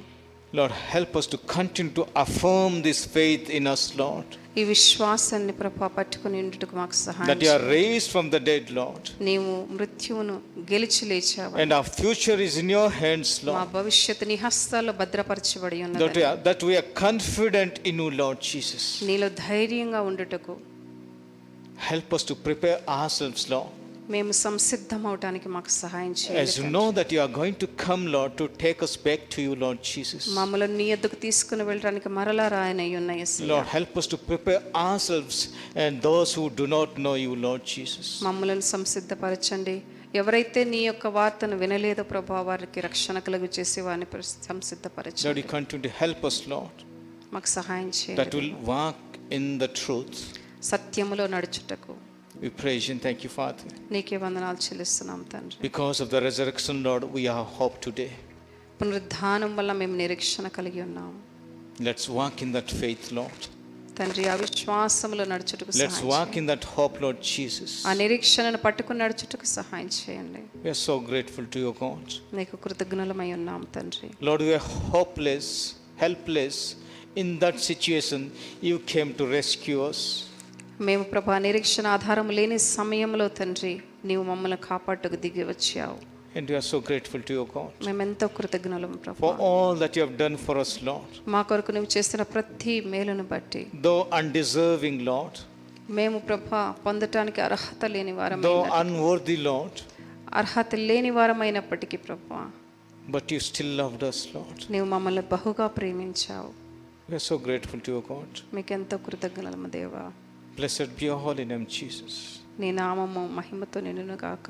Speaker 1: Lord, help us to continue to affirm this faith in us, Lord,
Speaker 2: ఈ విశ్వాసాన్ని ప్రభా పట్టుకుని ఉండుటకు మాకు సహాయం
Speaker 1: that you are
Speaker 2: చేయి.
Speaker 1: raised from the dead, Lord,
Speaker 2: నీవు మృత్యువును గెలిచి లేచావు
Speaker 1: and our future is in your hands,
Speaker 2: మా
Speaker 1: Lord.
Speaker 2: భవిష్యత్తు నీ హస్తాల్లో భద్రపరచబడి
Speaker 1: That we
Speaker 2: ఉన్నది
Speaker 1: are, that we are confident in you, Lord Jesus.
Speaker 2: నీలో ధైర్యంగా ఉండుటకు
Speaker 1: Help us to prepare ourselves, Lord.
Speaker 2: మేము సంసిద్ధమవటానికి మాకు సహాయం చేయాలి
Speaker 1: As you know that you are going to come, Lord, to take us back to you, Lord Jesus.
Speaker 2: మమ్మల్ని నీ ఎద్దుకు తీసుకుని వెళ్ళడానికి మరలా రాయనై ఉన్నాయి
Speaker 1: Lord, help us to prepare ourselves and those who do not know you, Lord Jesus.
Speaker 2: మమ్మలను సంసిద్ధపరచండి ఎవరైతే నీ యొక్క వార్తను వినలేదో ప్రభా వారికి రక్షణ కలుగు చేసి వారిని ప్ర-
Speaker 1: Lord,
Speaker 2: సంసిద్ధపరచండి
Speaker 1: you continue to help us, Lord,
Speaker 2: మాకు సహాయం
Speaker 1: that
Speaker 2: చేయండి
Speaker 1: will walk in the truth.
Speaker 2: సత్యములో నడుచుటకు
Speaker 1: We praise you and thank you, Father.
Speaker 2: నీకే వందనాలు చెల్లిస్తున్నాం తండ్రి
Speaker 1: Because of the resurrection, Lord, we have hope today.
Speaker 2: పునరుద్ధానం వల్ల మేము నిరీక్షణ కలిగి ఉన్నాము
Speaker 1: Let's walk in that faith, Lord.
Speaker 2: తండ్రి ఆ విశ్వాసములో నడుచుటకు
Speaker 1: Let's
Speaker 2: సహాయం
Speaker 1: walk in that hope, Lord Jesus.
Speaker 2: చేయండి. ఆ నిరీక్షణను పట్టుకుని నడుచుటకు సహాయం చేయండి
Speaker 1: We are so grateful to you, God.
Speaker 2: నీకు కృతజ్ఞులమై ఉన్నాం తండ్రి
Speaker 1: Lord, we are hopeless, helpless. In that situation, you came to rescue us.
Speaker 2: మేము ప్రభా నిరీక్షణ ఆధారం లేని సమయంలో తండ్రి నీవు మమ్మల్ని కాపాడుటకు దిగి వచ్చావు
Speaker 1: And we are so grateful to you, God,
Speaker 2: మేమెంతో కృతజ్ఞులం ప్రభు
Speaker 1: for all that you have done for us, Lord.
Speaker 2: మా కొరకు నువ్వు చేసిన ప్రతి మేలును బట్టి
Speaker 1: Though undeserving, Lord,
Speaker 2: మేము ప్రభా పొందటానికి అర్హత లేని
Speaker 1: though
Speaker 2: వారమైన
Speaker 1: unworthy, Lord,
Speaker 2: అర్హత లేని వారమైనప్పటికీ ప్రభా
Speaker 1: but you still loved us, Lord.
Speaker 2: నీవు మమ్మల్ని బహుగా ప్రేమించావు
Speaker 1: We are so grateful to your God.
Speaker 2: మీకెంతో కృతజ్ఞలము దేవా
Speaker 1: Blessed be your holy name, Jesus.
Speaker 2: నీ నామము మహిమతో నిన్నును గాక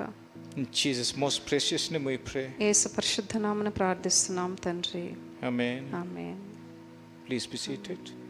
Speaker 1: In Jesus' most precious name we pray.
Speaker 2: యేసు పరిశుద్ధ నామన ప్రార్థిస్తున్నాం తండ్రి
Speaker 1: Amen.
Speaker 2: ఆమె
Speaker 1: Please be seated.